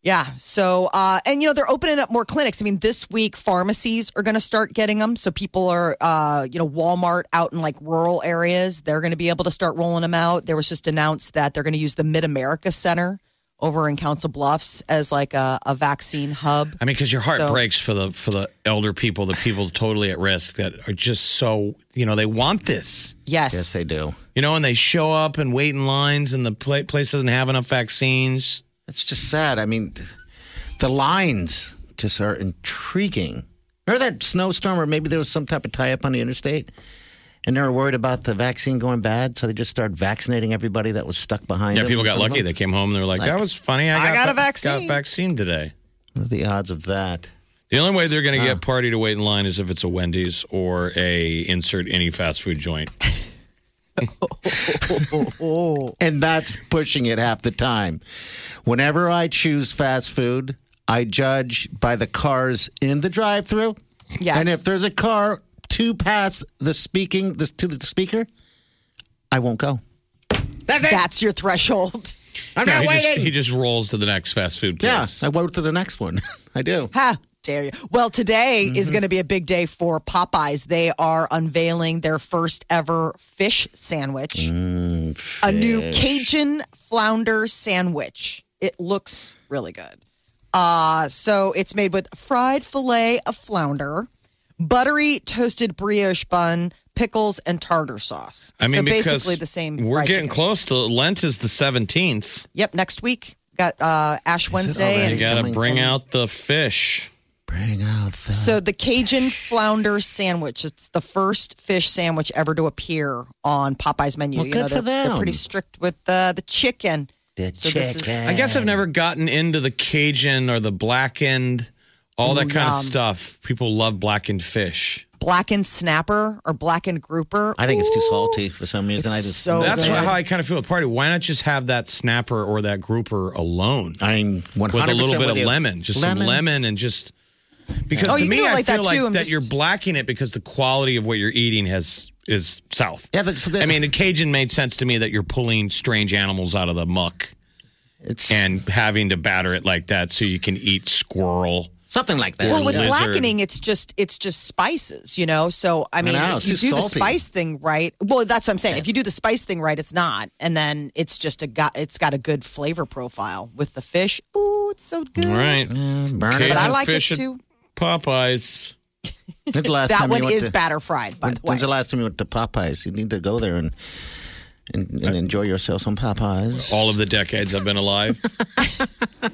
Speaker 4: Yeah. So, uh, and you know, they're opening up more clinics. I mean, this week pharmacies are going to start getting them. So people are, uh, you know, Walmart out in like rural areas, they're going to be able to start rolling them out. There was just announced that they're going to use the Mid America Center over in Council Bluffs as like a, a vaccine hub.
Speaker 6: I mean, because your heart
Speaker 4: So-
Speaker 6: breaks for the for the elder people, the people totally at risk that are just so you know they want this,
Speaker 4: Yes.
Speaker 5: Yes, they do.
Speaker 6: you know, and they show up and wait in lines, and the pla- place doesn't have enough vaccines.
Speaker 5: It's just sad. I mean, th- the lines just are intriguing. Remember that snowstorm, or maybe there was some type of tie up on the interstate, and they were worried about the vaccine going bad, so they just started vaccinating everybody that was stuck behind.
Speaker 6: Yeah,
Speaker 5: them.
Speaker 6: people got lucky. They came home and they were like, "That was funny. I got,
Speaker 4: I got a
Speaker 6: va-
Speaker 4: vaccine."
Speaker 6: Got vaccine today."
Speaker 5: What are the odds of that?
Speaker 6: The only way they're going to get party to wait in line is if it's a Wendy's or a insert any fast food joint.
Speaker 4: (laughs)
Speaker 5: And that's pushing it half the time. Whenever I choose fast food, I judge by the cars in the drive-through.
Speaker 4: Yes.
Speaker 5: And if there's a car two past the speaking the, to the speaker, I won't go. That's it.
Speaker 4: That's your threshold.
Speaker 5: I'm
Speaker 6: No,
Speaker 5: not
Speaker 6: he, just,
Speaker 5: waiting.
Speaker 6: he just rolls to the next fast food
Speaker 5: Yeah,
Speaker 6: place.
Speaker 5: I wrote to the next one. (laughs) I do.
Speaker 4: Ha! Dare you? Well, today
Speaker 6: Mm-hmm.
Speaker 4: is going to be a big day for Popeyes. They are unveiling their first ever fish sandwich,
Speaker 6: Mm,
Speaker 4: a new Cajun flounder sandwich. It looks really good. Uh, so it's made with fried filet of flounder, buttery toasted brioche bun, pickles, and tartar sauce.
Speaker 6: I mean,
Speaker 4: so
Speaker 6: because
Speaker 4: basically the same.
Speaker 6: We're
Speaker 4: fried
Speaker 6: getting
Speaker 4: chicken.
Speaker 6: close to Lent is the seventeenth.
Speaker 4: Yep, next week got uh, Ash Wednesday,
Speaker 5: already?
Speaker 4: and
Speaker 6: You got to
Speaker 5: Coming-
Speaker 6: bring out the fish.
Speaker 5: Bring out the
Speaker 4: So the Cajun flounder sandwich. It's the first fish sandwich ever to appear on Popeye's menu.
Speaker 5: Well,
Speaker 4: you know,
Speaker 5: good for
Speaker 4: they're, they're
Speaker 5: them.
Speaker 4: pretty strict with uh, the chicken.
Speaker 5: The
Speaker 4: so this is-
Speaker 5: chicken.
Speaker 6: I guess I've never gotten into the Cajun or the blackened, all that kind of stuff. People love blackened fish.
Speaker 4: Blackened snapper or blackened grouper.
Speaker 5: I think it's too salty for some reason. I
Speaker 4: It's
Speaker 5: just
Speaker 4: so
Speaker 6: That's
Speaker 4: Oh, good.
Speaker 6: wh- how I kind of feel with party. Why not just have that snapper or that grouper alone
Speaker 5: I'm 100
Speaker 6: with a little bit of lemon, just some lemon and just because
Speaker 4: Oh,
Speaker 6: to
Speaker 4: you can
Speaker 6: me
Speaker 4: do it
Speaker 6: I
Speaker 4: like that
Speaker 6: feel like
Speaker 4: too, I'm
Speaker 6: that
Speaker 4: just-
Speaker 6: you're blacking it because the quality of what you're eating has is south.
Speaker 5: Yeah, but so the,
Speaker 6: I mean, the Cajun made sense to me that you're pulling strange animals out of the muck
Speaker 5: it's
Speaker 6: and having to batter it like that so you can eat squirrel.
Speaker 5: something like that.
Speaker 4: well, with
Speaker 6: lizard.
Speaker 4: blackening, it's just it's just spices, you know. So I mean,
Speaker 5: know,
Speaker 4: if
Speaker 5: it's
Speaker 4: you do
Speaker 5: too
Speaker 4: the
Speaker 5: salty.
Speaker 4: spice thing right. Well, that's what I'm saying. If you do the spice thing right, it's not, and then it's just a got. It's got a good flavor profile with the fish. Ooh, it's so good.
Speaker 6: All right.
Speaker 5: Mm, burn
Speaker 6: Cajun
Speaker 5: it
Speaker 4: But I
Speaker 5: up.
Speaker 4: like it
Speaker 6: fish at
Speaker 4: too.
Speaker 6: Popeyes.
Speaker 5: When's the last
Speaker 4: That
Speaker 5: time you
Speaker 4: one
Speaker 5: went
Speaker 4: is
Speaker 5: to,
Speaker 4: batter fried, by the way.
Speaker 5: When's the last time you went to Popeyes? You need to go there and and, and enjoy yourself some Popeyes.
Speaker 6: All of the decades I've been
Speaker 4: (laughs)
Speaker 6: alive.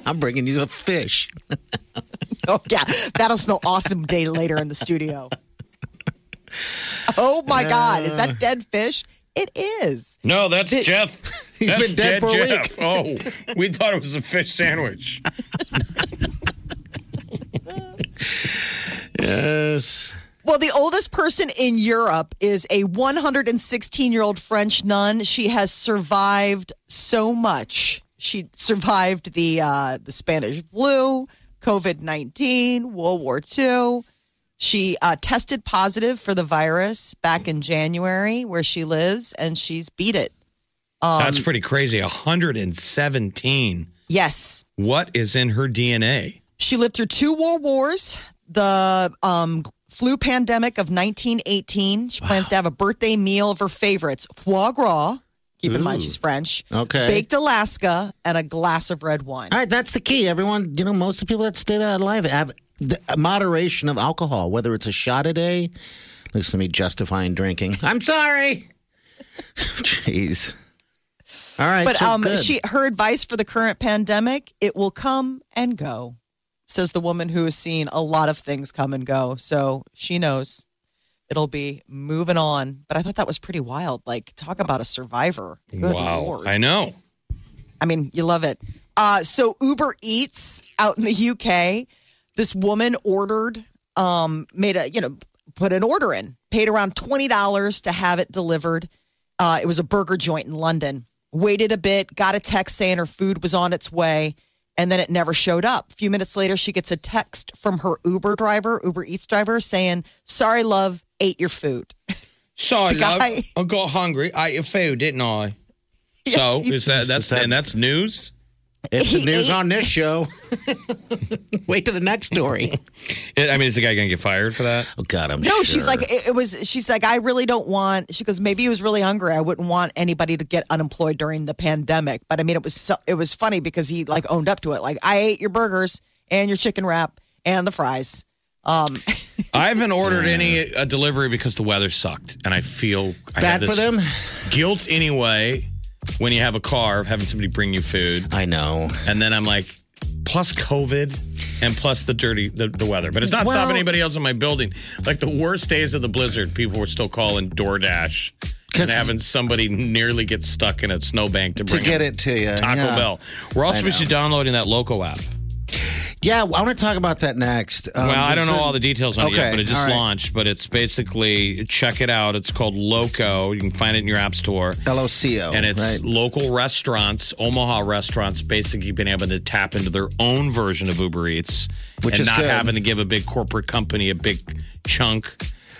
Speaker 5: I'm bringing you a fish.
Speaker 4: (laughs) Oh yeah, that'll smell awesome day later in the studio. Oh my God, is that dead fish? It is.
Speaker 6: No, that's
Speaker 4: (laughs)
Speaker 6: Jeff.
Speaker 5: He's
Speaker 6: that's
Speaker 5: been dead for a
Speaker 6: Jeff. Oh, we thought it was a fish sandwich.
Speaker 5: Yes.
Speaker 4: Well, the oldest person in Europe is a 116 year old French nun. She has survived so much. She survived the uh, the Spanish flu, COVID 19, World War II. She uh, tested positive for the virus back in January, where she lives, and she's beat it. Um,
Speaker 6: that's pretty crazy. 117.
Speaker 4: Yes,
Speaker 6: What is in her DNA?
Speaker 4: She lived through two world wars, the um, flu pandemic of 1918. She plans to have a birthday meal of her favorites foie gras. Keep in mind she's French.
Speaker 5: Okay.
Speaker 4: Baked Alaska and a glass of red wine.
Speaker 5: All right, that's the key. Everyone, you know, most of the people that stay that alive have the moderation of alcohol, whether it's a shot a day. Listen to me justifying drinking. I'm sorry. (laughs) Jeez. All right,
Speaker 4: but
Speaker 5: so
Speaker 4: um,
Speaker 5: good.
Speaker 4: she her advice for the current pandemic: it will come and go, says the woman who has seen a lot of things come and go. So she knows it'll be moving on. But I thought that was pretty wild. Like talk about a survivor. Good
Speaker 6: wow.
Speaker 4: Lord.
Speaker 6: I know.
Speaker 4: I mean, you love it. Uh, so Uber Eats out in the UK, this woman ordered, um, made a you know, put an order in, paid around twenty dollars to have it delivered. Uh, it was a burger joint in London. Waited a bit, got a text saying her food was on its way, and then it never showed up. A few minutes later, she gets a text from her Uber driver, Uber Eats driver, saying, Sorry, love, ate your food. (laughs)
Speaker 6: Sorry,
Speaker 4: The
Speaker 6: love.
Speaker 4: guy-
Speaker 6: I got hungry. I ate your food, didn't I? so
Speaker 4: (laughs) Yes,
Speaker 6: is that that's
Speaker 5: Is that-
Speaker 6: and that's news?
Speaker 5: It's the
Speaker 4: He
Speaker 5: news
Speaker 4: ate-
Speaker 5: on this show. (laughs) Wait to the next story.
Speaker 6: I mean, is the guy going to get fired
Speaker 4: (laughs)
Speaker 6: for that?
Speaker 5: Oh God, I'm
Speaker 4: No,
Speaker 5: sure.
Speaker 4: she's like, it, it was, she's like, I really don't want, she goes, maybe he was really hungry. I wouldn't want anybody to get unemployed during the pandemic. But I mean, it was, so, it was funny because he like owned up to it. Like, I ate your burgers and your chicken wrap and the fries. Um,
Speaker 6: I haven't ordered any uh delivery because the weather sucked, and I feel I have
Speaker 5: bad for
Speaker 6: this
Speaker 5: them.
Speaker 6: guilt anyway. When you have a car, of having somebody bring you food,
Speaker 5: I know.
Speaker 6: and then I'm like, plus COVID, and plus the dirty the, the weather. But it's not
Speaker 4: Well-
Speaker 6: stopping anybody else in my building. Like the worst days of the blizzard, people were still calling DoorDash and
Speaker 5: (laughs) 'Cause-
Speaker 6: having somebody nearly get stuck in a snowbank to
Speaker 5: To
Speaker 6: bring
Speaker 5: get
Speaker 6: them.
Speaker 5: it to you,
Speaker 6: Taco
Speaker 5: yeah.
Speaker 6: Bell. We're all
Speaker 5: I
Speaker 6: supposed to be
Speaker 5: know.
Speaker 6: downloading that Loco app.
Speaker 5: Yeah, I want to talk about that next. Um,
Speaker 6: well, I don't
Speaker 5: is
Speaker 6: know
Speaker 5: it-
Speaker 6: all the details on it yet,
Speaker 5: Okay,
Speaker 6: but it just
Speaker 5: all right.
Speaker 6: launched. But it's basically check it out. It's called Loco. You can find it in your app store.
Speaker 5: LOCO,
Speaker 6: And it's
Speaker 5: Oh, right?
Speaker 6: local restaurants, Omaha restaurants, basically been able to tap into their own version of Uber Eats,
Speaker 5: Which
Speaker 6: and
Speaker 5: is
Speaker 6: not
Speaker 5: good.
Speaker 6: having to give a big corporate company a big chunk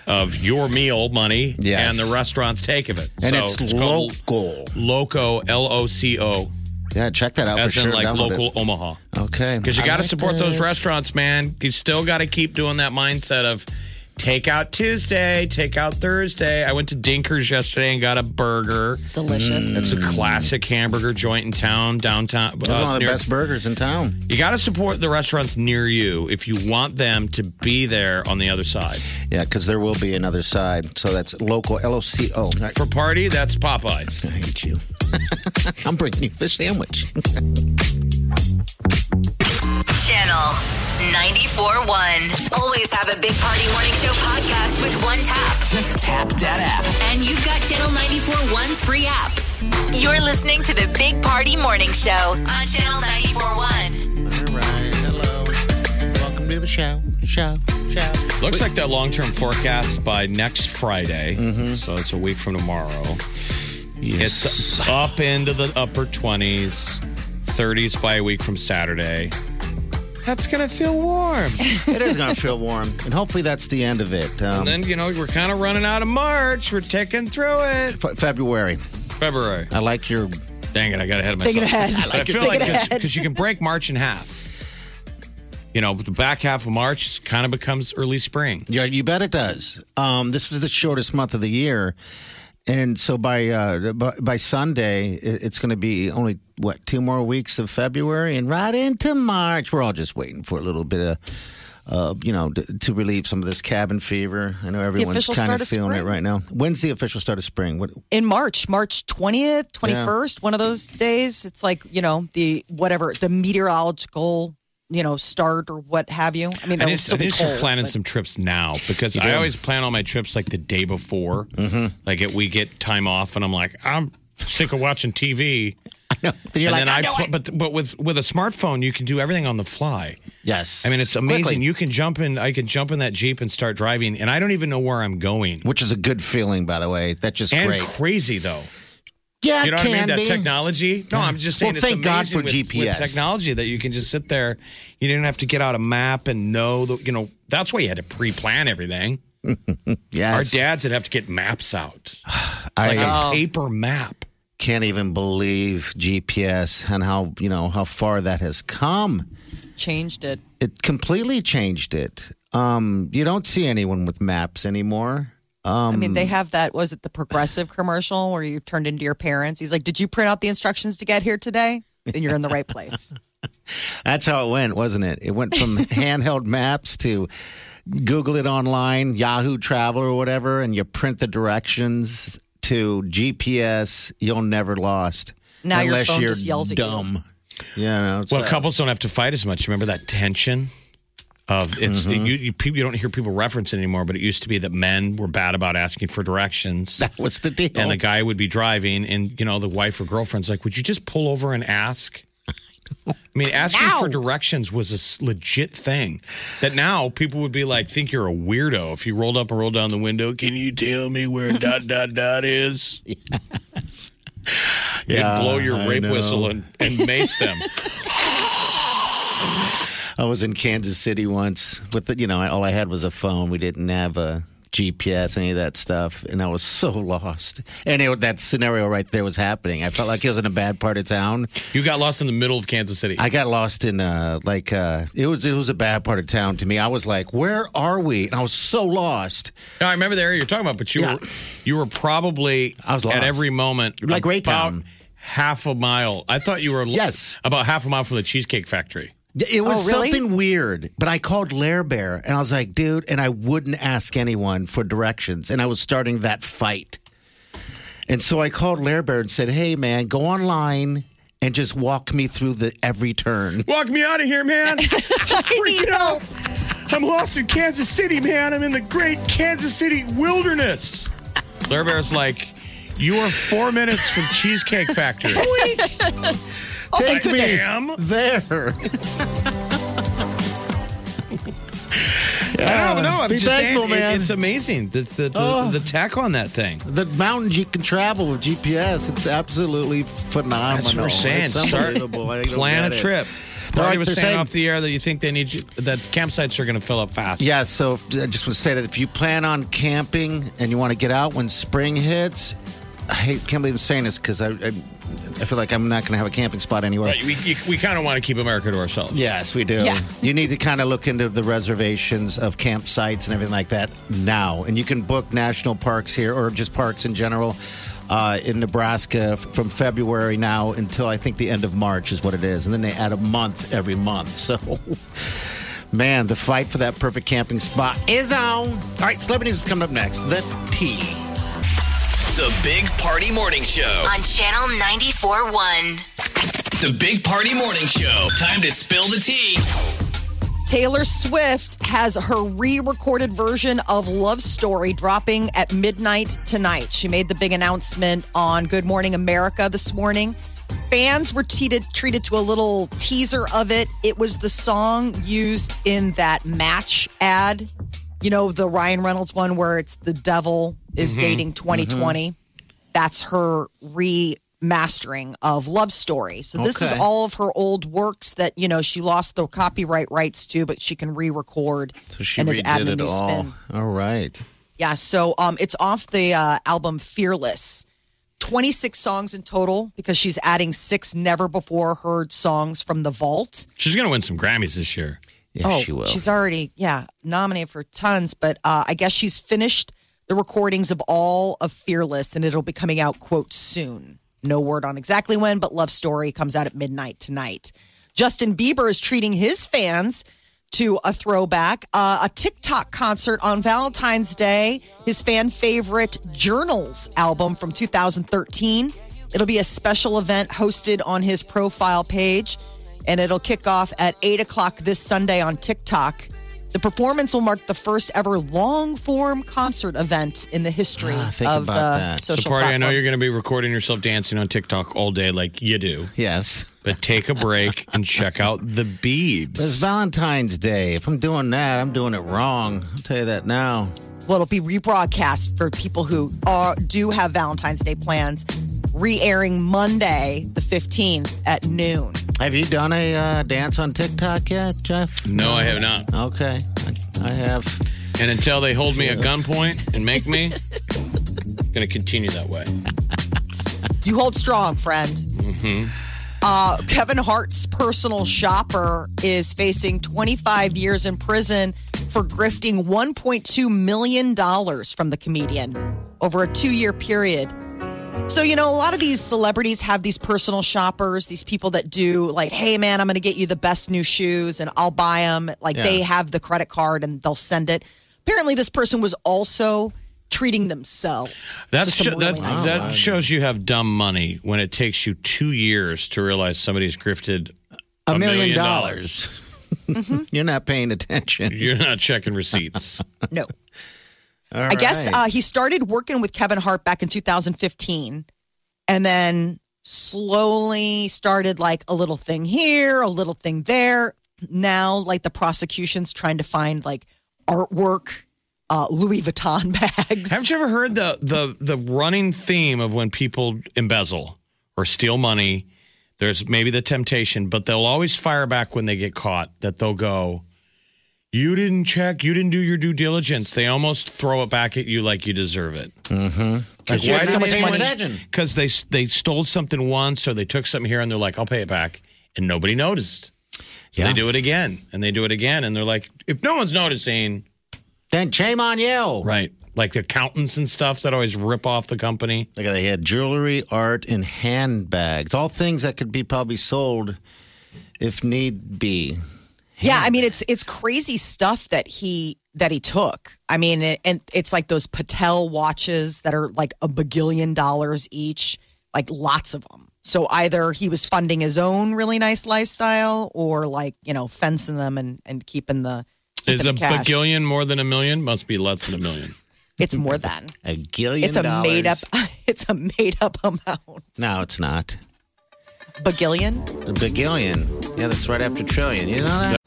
Speaker 6: of your meal money,
Speaker 5: Yes.
Speaker 6: and the restaurants take of it.
Speaker 5: and
Speaker 6: So
Speaker 5: it's,
Speaker 6: called
Speaker 5: local.
Speaker 6: Loco, L O C O,
Speaker 5: Yeah, check that out
Speaker 6: as
Speaker 5: for
Speaker 6: in
Speaker 5: sure.
Speaker 6: like
Speaker 5: Download
Speaker 6: local
Speaker 5: it.
Speaker 6: Omaha.
Speaker 5: Okay,
Speaker 6: Because you
Speaker 5: I
Speaker 6: got to
Speaker 5: like
Speaker 6: support those
Speaker 5: this.
Speaker 6: restaurants, man. You still got to keep doing that mindset of takeout Tuesday, takeout Thursday. I went to Dinkers yesterday and got a burger. Mm.
Speaker 3: Delicious.
Speaker 6: It's a classic hamburger joint in town, downtown.
Speaker 5: Those are
Speaker 6: uh,
Speaker 5: Mm. one of the
Speaker 6: near-
Speaker 5: best burgers in town.
Speaker 6: You got to support the restaurants near you if you want them to be there on the other side.
Speaker 5: Yeah, because there will be another side. So that's local LOCO. I
Speaker 6: For party, that's Popeyes.
Speaker 5: hate you. (laughs) I'm bringing you fish sandwich. (laughs)
Speaker 3: Channel 94.1. Always have a Big Party Morning Show podcast with one tap. Just tap that app. And you've got Channel 94.1's free app. You're listening to the Big Party Morning Show on Channel 94.1.
Speaker 5: All right, hello. Welcome to the show. Show. Show.
Speaker 6: Looks like that long term forecast by next Friday.
Speaker 5: Mm-hmm.
Speaker 6: So it's a week from tomorrow.
Speaker 5: Yes.
Speaker 6: It's up into the upper 20s, 30s by a week from Saturday. That's going to feel warm.
Speaker 5: it is going to feel warm, and hopefully that's the end of it. Um,
Speaker 6: and then, you know, we're kind of running out of March. We're ticking through it.
Speaker 5: Fe- February.
Speaker 6: February.
Speaker 5: I like your.
Speaker 6: Dang it, I got ahead of myself.
Speaker 4: Thinking ahead.
Speaker 6: But I,
Speaker 4: I like it.
Speaker 6: feel like
Speaker 4: Thinking ahead.
Speaker 6: because you can break March in half. You know, but the back half of March kind of becomes early spring.
Speaker 5: Yeah, you bet it does. Um, this is the shortest month of the year, and so by uh, by, by Sunday, it, it's going to be only what two more weeks of February, and right into March. We're all just waiting for a little bit of. Uh, you know, to, to relieve some of this cabin fever. I know everyone's
Speaker 4: official
Speaker 5: kind
Speaker 4: start
Speaker 5: of
Speaker 4: of
Speaker 5: feeling it
Speaker 4: spring.
Speaker 5: right now. When's the official start of spring? What,
Speaker 4: in March, March 20th, 21st, one of those days. It's like, you know, the whatever, the meteorological, you know, start or what have you. I mean,
Speaker 6: I
Speaker 4: it'll
Speaker 6: need, to- I
Speaker 4: still be
Speaker 6: need to start
Speaker 4: cold.
Speaker 6: planning some trips now because I always plan all my trips like the day before. Like it, we get time off, and I'm like, I'm sick of watching TV.
Speaker 5: no, then you're
Speaker 6: and
Speaker 5: like,
Speaker 6: then
Speaker 5: I know
Speaker 6: pl-
Speaker 5: it.
Speaker 6: but but with with a smartphone, you can do everything on the fly.
Speaker 5: yes.
Speaker 6: I mean, it's amazing.
Speaker 5: Quickly.
Speaker 6: You can jump in. I can jump in that jeep and start driving, and I don't even know where I'm going.
Speaker 5: which is a good feeling, by the way. That's just
Speaker 6: And
Speaker 5: great.
Speaker 6: crazy though.
Speaker 5: yeah,
Speaker 6: You know
Speaker 5: it
Speaker 6: what I mean?
Speaker 5: can
Speaker 6: That
Speaker 5: be.
Speaker 6: technology. No, I'm just saying
Speaker 5: Well,
Speaker 6: it's
Speaker 5: thank God
Speaker 6: amazing
Speaker 5: for
Speaker 6: with, with
Speaker 5: GPS.
Speaker 6: technology that you can just sit there. You didn't have to get out a map and know the, you know, that's why you had to pre-plan everything. Our
Speaker 5: Yes.
Speaker 6: dads would have to get maps out.
Speaker 5: I,
Speaker 6: Like a paper map.
Speaker 5: can't even believe GPS and how you know how far that has come.
Speaker 4: Changed it.
Speaker 5: It completely changed it. Um, you don't see anyone with maps anymore. Um,
Speaker 4: I mean, they have that, was it the progressive commercial where you turned into your parents? He's like, Did you print out the instructions to get here today? Then you're in the right place.
Speaker 5: That's how it went, wasn't it? It went
Speaker 4: (laughs)
Speaker 5: from handheld maps to Google it online, Yahoo Travel or whatever, and you print the directions to GPS. You'll never lost.
Speaker 4: Now your
Speaker 5: unless
Speaker 4: phone
Speaker 5: you're
Speaker 4: just yells at you.
Speaker 5: dumb. Yeah, no, it's
Speaker 6: Well,
Speaker 5: like-
Speaker 6: couples don't have to fight as much. Remember that tension of it's
Speaker 5: Mm-hmm.
Speaker 6: you, you, pe- you don't hear people reference it anymore, but it used to be that men were bad about asking for directions.
Speaker 5: (laughs) that was the deal.
Speaker 6: And the guy would be driving, and you know the wife or girlfriend's like, "Would you just pull over and ask?" I mean, asking
Speaker 4: Now.
Speaker 6: for directions was a s- legit thing that now people would be like, think you're a weirdo if you rolled up and rolled down the window. Can you tell me where dot dot dot is? You'd blow your
Speaker 5: I
Speaker 6: rape
Speaker 5: know.
Speaker 6: whistle and, and mace them.
Speaker 5: I was in Kansas City once with the, you know, all I had was a phone. We didn't have a GPS, any of that stuff, and I was (laughs) so lost. And it, that scenario right there was happening. I felt like I was in a bad part of town.
Speaker 6: You got lost in the middle of Kansas City.
Speaker 5: I got lost in uh like uh it was it was a bad part of town to me. I was like, "Where are we?" And I was so lost.
Speaker 6: No, I remember the area you're talking about, but you
Speaker 5: Yeah.
Speaker 6: were you were probably
Speaker 5: I was
Speaker 6: at
Speaker 5: lost.
Speaker 6: every moment
Speaker 5: Like
Speaker 6: about
Speaker 5: Raytown.
Speaker 6: half a mile. I thought you were
Speaker 5: Yes.
Speaker 6: about half a mile from the Cheesecake Factory.
Speaker 5: It was
Speaker 4: Oh, really?
Speaker 5: something weird, but I called Lair Bear and I was like, dude, and I wouldn't ask anyone for directions. And I was starting that fight. And so I called Lair Bear and said, hey, man, go online and just walk me through the every turn.
Speaker 6: Walk me out of here,
Speaker 5: (laughs)
Speaker 6: man! Freaking out. I'm lost in Kansas City, man. I'm in the great Kansas City wilderness. Blair Bear's like, you are four minutes from Cheesecake
Speaker 5: (laughs)
Speaker 6: Factory.
Speaker 4: Oh,
Speaker 5: Take me
Speaker 6: goodness. Damn.
Speaker 5: there.
Speaker 6: I don't know. I'm
Speaker 5: Be
Speaker 6: just
Speaker 5: thankful,
Speaker 6: saying, it-
Speaker 5: man. Oh.
Speaker 6: it's amazing the the, the, the tech on that thing.
Speaker 5: the mountains you can travel with GPS, it's absolutely phenomenal.
Speaker 6: That's what we're saying.
Speaker 5: It's
Speaker 6: Start
Speaker 5: unbelievable. I don't
Speaker 6: plan a
Speaker 5: get it.
Speaker 6: trip.
Speaker 5: They're
Speaker 6: Party
Speaker 5: like-
Speaker 6: was
Speaker 5: they're
Speaker 6: saying
Speaker 5: saying-
Speaker 6: off the air that you think they need you, that campsites are going to fill up fast.
Speaker 5: Yeah, so if, I just want to say that if you plan on camping and you want to get out when spring hits, I hate, can't believe I'm saying this because I, I, I feel like I'm not going to have a camping spot anywhere.
Speaker 6: Right, we you- we kind of want to keep America to ourselves.
Speaker 5: Yes, we do.
Speaker 4: Yeah.
Speaker 5: You need to kind of look into the reservations of campsites and everything like that now. And you can book national parks here or just parks in general uh, in Nebraska f- from February now until I think the end of March is what it is. And then they add a month every month. (laughs) So, man, the fight for that perfect camping spot is on. All right, celebrities is coming up next. The tea.
Speaker 2: The Big Party Morning Show.
Speaker 3: on Channel 94.1.
Speaker 2: The Big Party Morning Show. Time to spill the tea.
Speaker 4: Taylor Swift has her re recorded version of Love Story dropping at midnight tonight. She made the big announcement on Good Morning America this morning. Fans were treated, treated to a little teaser of it. It was the song used in that match ad, you know, the Ryan Reynolds one where it's the devil is dating 2020. That's her remastering of Love Story. So this is
Speaker 5: Okay.
Speaker 4: all of her old works that you know she lost the copyright rights to, but she can re-record
Speaker 5: So she
Speaker 4: and is adding
Speaker 5: redid
Speaker 4: a
Speaker 5: it
Speaker 4: new
Speaker 5: all.
Speaker 4: spin.
Speaker 5: All right.
Speaker 4: Yeah, so um, it's off the uh, album Fearless. 26 songs in total because she's adding six never before heard songs from the vault.
Speaker 6: She's going to win some Grammys this year.
Speaker 5: Yes,
Speaker 4: oh,
Speaker 5: she will.
Speaker 4: she's already, yeah, nominated for tons, but uh, I guess she's finished the recordings of all of Fearless and it'll be coming out, quote, soon. No word on exactly when, but Love Story comes out at midnight tonight. Justin Bieber is treating his fans to a throwback, uh, a TikTok concert on Valentine's Day, his fan favorite Journals album from 2013. It'll be a special event hosted on his profile page and it'll kick off at 8 o'clock this Sunday on TikTok. The performance will mark the first ever long form concert event in the history
Speaker 5: Ah, think
Speaker 4: of the
Speaker 5: about that.
Speaker 6: So,
Speaker 4: social
Speaker 6: party, I know
Speaker 4: platform.
Speaker 6: you're going to be recording yourself dancing on TikTok all day like you do,
Speaker 5: yes.
Speaker 6: but take a break and check out the
Speaker 5: It's
Speaker 6: Beebs.
Speaker 5: Valentine's Day. If I'm doing that, I'm doing it wrong. I'll tell you that now.
Speaker 4: well, it'll be rebroadcast for people who are, do have Valentine's Day plans, re airing Monday, the 15th at noon.
Speaker 5: Have you done a uh, dance on TikTok yet, Jeff?
Speaker 6: No, I have not.
Speaker 5: Okay, I, I have.
Speaker 6: And until they hold me at gunpoint and make me, I'm going to continue that way.
Speaker 4: You hold strong, friend.
Speaker 6: Mm-hmm.
Speaker 4: Uh, Kevin Hart's personal shopper is facing 25 years in prison for grifting $1.2 million from the comedian over a two year period. So, you know, a lot of these celebrities have these personal shoppers, these people that do, like, hey, man, I'm going to get you the best new shoes and I'll buy them. Like,
Speaker 5: Yeah.
Speaker 4: they have the credit card and they'll send it. Apparently, this person was also treating themselves.
Speaker 6: That's
Speaker 4: to
Speaker 6: sho-
Speaker 4: some
Speaker 6: that,
Speaker 4: really nice
Speaker 6: that shows you have dumb money when it takes you two years to realize somebody's grifted
Speaker 5: A,
Speaker 6: A
Speaker 5: million,
Speaker 6: million
Speaker 5: dollars. (laughs) You're not paying attention.
Speaker 6: You're not checking receipts.
Speaker 4: No.
Speaker 5: All
Speaker 4: I guess
Speaker 5: right.
Speaker 4: uh, he started working with Kevin Hart back in 2015, and then slowly started like a little thing here, a little thing there. Now, like the prosecution's trying to find like artwork, uh, Louis Vuitton (laughs) bags.
Speaker 6: (laughs) Haven't you ever heard the, the the running theme of when people embezzle or steal money? There's maybe the temptation, but they'll always fire back when they get caught. That they'll go, "You didn't check. You didn't do your due diligence." They almost throw it back at you like you deserve it. Like,
Speaker 5: you
Speaker 6: why
Speaker 5: had Mm-hmm. so
Speaker 6: did
Speaker 5: much
Speaker 6: anyone-
Speaker 5: money. Imagine.
Speaker 6: Because they they stole something once, or they took something here, and they're like, "I'll pay it back," and nobody noticed. So
Speaker 5: Yeah.
Speaker 6: They do it again, and they do it again, and they're like, "If no one's noticing."
Speaker 5: Then shame on you.
Speaker 6: Right. Like the accountants and stuff that always rip off the company.
Speaker 5: Like they had jewelry, art, and handbags. All things that could be probably sold if need be.
Speaker 6: Mm.
Speaker 4: Yeah, I mean it's it's crazy stuff that he that he took. I mean, it, and it's like those Patel watches that are like a bagillion dollars each, like lots of them. So either he was funding his own really nice lifestyle, or like you know fencing them and and keeping the keeping
Speaker 6: Is a
Speaker 4: the cash.
Speaker 6: bagillion more than a million? Must be less than a million.
Speaker 4: It's
Speaker 6: (laughs)
Speaker 4: more than
Speaker 5: A gillion
Speaker 4: it's a
Speaker 5: dollars.
Speaker 4: made up (laughs) it's a made up amount.
Speaker 5: No, it's not.
Speaker 4: Bagillion.
Speaker 5: A bagillion. Yeah, that's right after trillion. You know that?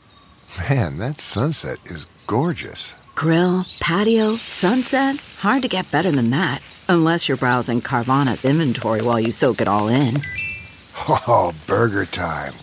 Speaker 7: Man, that sunset is gorgeous.
Speaker 8: Grill, patio, sunset. Hard to get better than that. Unless you're browsing Carvana's inventory while you soak it all in.
Speaker 7: Oh, burger time. (laughs)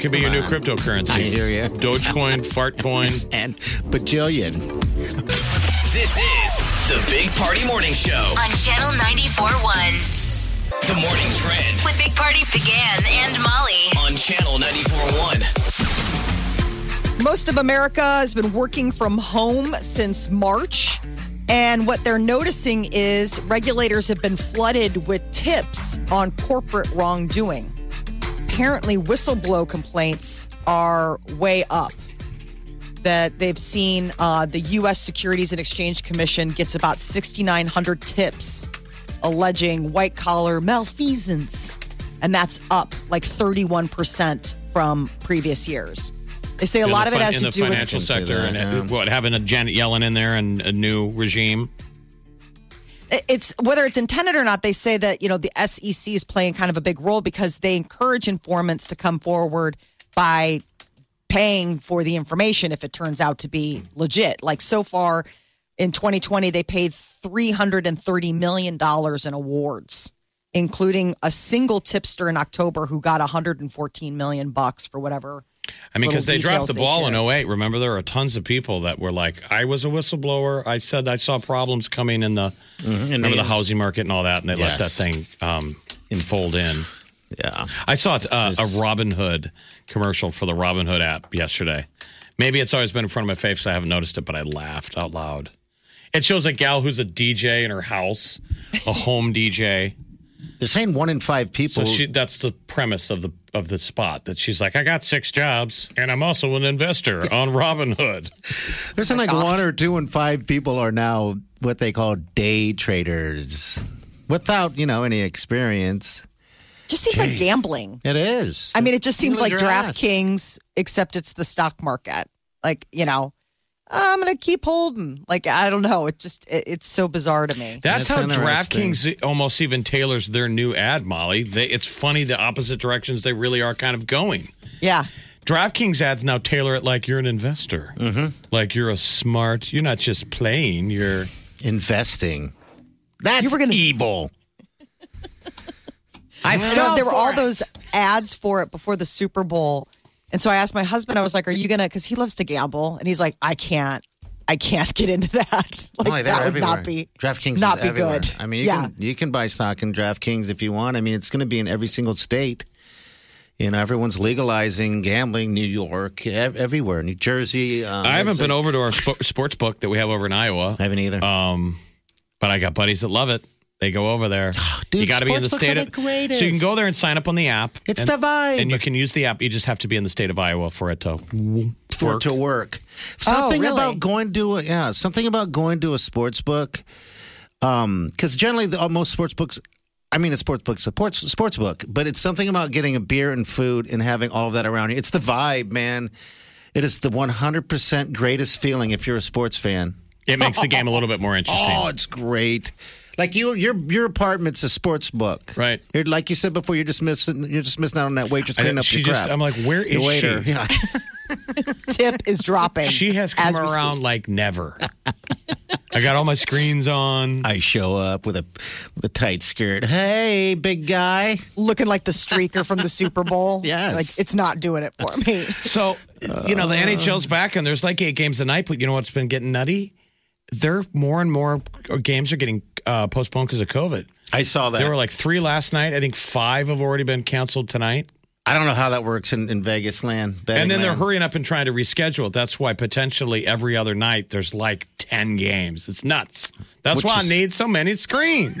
Speaker 6: could be your new cryptocurrency.
Speaker 5: I hear ya.
Speaker 6: Dogecoin, fartcoin.
Speaker 5: And bajillion.
Speaker 2: This is the Big Party Morning Show.
Speaker 3: on Channel 94.1.
Speaker 2: The morning trend
Speaker 3: With Big Party began and Molly.
Speaker 2: on Channel 94.1.
Speaker 4: Most of America has been working from home since March. And what they're noticing is regulators have been flooded with tips on corporate wrongdoing. Apparently, whistleblow complaints are way up. That they've seen uh, the U.S. Securities and Exchange Commission gets about 6,900 tips alleging white collar malfeasance. And that's up like 31% from previous years. They say a lot of it has
Speaker 6: in
Speaker 4: to
Speaker 6: the
Speaker 4: do with
Speaker 6: financial
Speaker 5: I can see
Speaker 6: sector
Speaker 5: that,
Speaker 6: and uh,
Speaker 5: yeah.
Speaker 6: what having a Janet Yellen in there and a new regime.
Speaker 4: it's whether it's intended or not they say that you know the sec is playing kind of a big role because they encourage informants to come forward by paying for the information if it turns out to be legit like so far in 2020 they paid 330 million dollars in awards including a single tipster in october who got 114 million bucks for whatever
Speaker 6: I mean, because
Speaker 4: Little
Speaker 6: they dropped
Speaker 4: details
Speaker 6: the
Speaker 4: they
Speaker 6: ball in
Speaker 4: share.
Speaker 6: 08. Remember, there were tons of people that were like, I was a whistleblower. I said I saw problems coming in the,
Speaker 4: Mm-hmm.
Speaker 6: remember the housing market and all that. And they let that
Speaker 5: Yes.
Speaker 6: thing um, fold in.
Speaker 5: Yeah.
Speaker 6: I saw uh, a Robin Hood commercial for the Robin Hood app yesterday. Maybe it's always been in front of my face, so I haven't noticed it, but I laughed out loud. It shows a gal who's a DJ in her house, a home DJ.
Speaker 5: They're saying one in five
Speaker 6: So
Speaker 5: people.
Speaker 6: she, that's the premise of the of the spot that she's like, I got six jobs, and I'm also an investor on Robin Hood.
Speaker 5: they're saying like one or two in five people are now what they call day traders without, you know, any experience.
Speaker 4: just seems like gambling
Speaker 5: It is.
Speaker 4: I mean, it just seems
Speaker 5: Lose
Speaker 4: like
Speaker 5: your ass.
Speaker 4: DraftKings, except it's the stock market. Like, you know, I'm going to keep holding. Like, I don't know. It just, it, it's so bizarre to me.
Speaker 6: That's,
Speaker 5: That's
Speaker 6: how
Speaker 5: interesting.
Speaker 6: DraftKings almost even tailors their new ad, Molly. They, it's funny the opposite directions they really are kind of going.
Speaker 5: (laughs)
Speaker 4: Yeah.
Speaker 6: DraftKings ads now tailor it like you're an investor. Mm-hmm. Like you're a smart, you're not just playing, you're.
Speaker 5: Investing. That's
Speaker 4: You were gonna-
Speaker 5: evil. I
Speaker 4: You know, there were all those ads for it before the Super Bowl. And so I asked my husband, I was like, are you going to, because he loves to gamble. And he's like, I can't. I can't get into that. (laughs) Like
Speaker 5: Oh, they're
Speaker 4: that would
Speaker 5: everywhere.
Speaker 4: not be
Speaker 5: DraftKings
Speaker 4: not
Speaker 5: is
Speaker 4: be
Speaker 5: everywhere.
Speaker 4: good.
Speaker 5: I mean, you
Speaker 4: yeah,
Speaker 5: can (laughs) you can buy stock in DraftKings if you want. I mean, it's going to be in every single state. You know, everyone's legalizing gambling. New York, ev- everywhere, New Jersey. Um,
Speaker 6: I haven't
Speaker 5: it's-
Speaker 6: been over to our sp- sports book that we have over in Iowa,
Speaker 5: I haven't either.
Speaker 6: but I got buddies that love it. They go over there.
Speaker 5: Dude,
Speaker 6: you got to be in the
Speaker 5: sportsbooks
Speaker 6: state
Speaker 5: are
Speaker 6: of
Speaker 5: the greatest.
Speaker 6: so you can go there and sign up on the app.
Speaker 5: It's
Speaker 6: and,
Speaker 5: the vibe.
Speaker 6: and you can use the app. You just have to be in the state of Iowa for it to
Speaker 5: for
Speaker 6: work.
Speaker 5: to work. Something
Speaker 4: really?
Speaker 5: about going to a, yeah, something about going to a sports book. Um, because generally, the, uh, most sports books, I mean, a sports book, sports sports book, but it's something about getting a beer and food and having all of that around you. It's the vibe, man. It is the 100% greatest feeling if you're a sports fan.
Speaker 6: It makes the game a little bit more interesting.
Speaker 5: (laughs) Oh, it's great. Like you, your your apartment's a sports book,
Speaker 6: Right.
Speaker 5: You're, like you said before, you're just missing, you're just missing out on that waitress
Speaker 6: I-
Speaker 5: cleaning up
Speaker 6: she
Speaker 5: your
Speaker 6: just-
Speaker 5: crap.
Speaker 6: I'm like, where
Speaker 5: Your
Speaker 6: is she?
Speaker 5: waiter. (laughs) Yeah.
Speaker 4: tip is dropping.
Speaker 6: She has
Speaker 4: as
Speaker 6: come
Speaker 4: we speak.
Speaker 6: around like
Speaker 5: (laughs)
Speaker 6: never. I got all my screens on.
Speaker 5: I show up with a with a tight skirt. Hey, big guy.
Speaker 4: looking like the streaker from the Super Bowl.
Speaker 5: (laughs) Yes.
Speaker 4: like it's not doing it for me.
Speaker 6: So, you know, the NHL's back and there's like eight games a night, but you know what's been getting nutty? There more and more games are getting uh, postponed because of COVID.
Speaker 5: I saw that.
Speaker 6: There were like three last night. I think five have already been canceled tonight.
Speaker 5: I don't know how that works in, in Vegas land. betting
Speaker 6: and then they're
Speaker 5: land.
Speaker 6: hurrying up and trying to reschedule it. That's why potentially every other night there's like 10 games. It's nuts. That's
Speaker 5: Which
Speaker 6: why
Speaker 5: is-
Speaker 6: I need so many screens.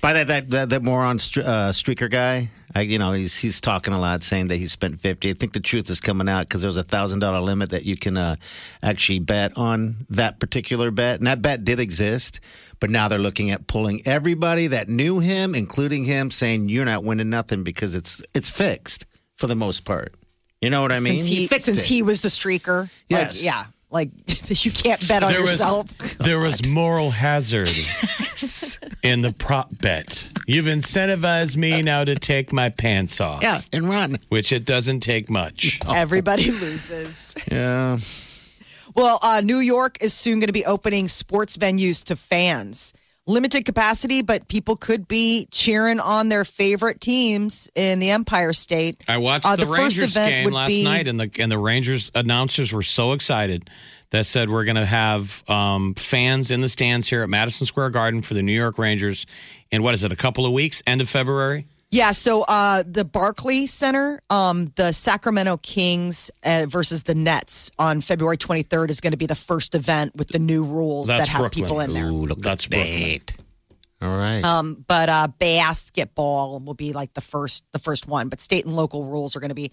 Speaker 5: by that that that, that moron str- uh, streaker guy. I, you know, he's he's talking a lot, saying that he spent fifty. I think the truth is coming out because there was a thousand dollar limit that you can uh, actually bet on that particular bet, and that bet did exist. But now they're looking at pulling everybody that knew him, including him, saying you're not winning nothing because it's it's fixed for the most part. You know what I mean?
Speaker 4: since he,
Speaker 5: fixed
Speaker 4: since
Speaker 5: it.
Speaker 4: he was the streaker.
Speaker 5: Yes.
Speaker 4: Like, yeah. Like (laughs) you can't bet on
Speaker 6: there was
Speaker 4: yourself.
Speaker 6: (laughs) (laughs) there was moral (laughs) hazard in the prop bet. You've incentivized me now to take my pants off,
Speaker 5: yeah, and run.
Speaker 6: which it doesn't take much.
Speaker 4: Everybody loses.
Speaker 5: Yeah.
Speaker 4: Well, uh, New York is soon going to be opening sports venues to fans. Limited capacity, but people could be cheering on their favorite teams in the Empire State.
Speaker 6: I watched
Speaker 4: Uh,
Speaker 6: the, Rangers game
Speaker 4: would
Speaker 6: last
Speaker 4: be-
Speaker 6: night, and the and the Rangers announcers were so excited that said we're going to have um, fans in the stands here at Madison Square Garden for the New York Rangers in what is it a couple of weeks, end of February.
Speaker 4: Yeah, so uh, the Barclay Center, um, the Sacramento Kings uh, versus the Nets on February 23rd is going to be the first event with the new rules
Speaker 6: That's
Speaker 4: that have
Speaker 6: Brooklyn.
Speaker 4: people in there.
Speaker 5: Ooh, look
Speaker 6: That's
Speaker 5: at that. All right.
Speaker 4: Um, but uh, basketball will be like the first the first one. But state and local rules are going to be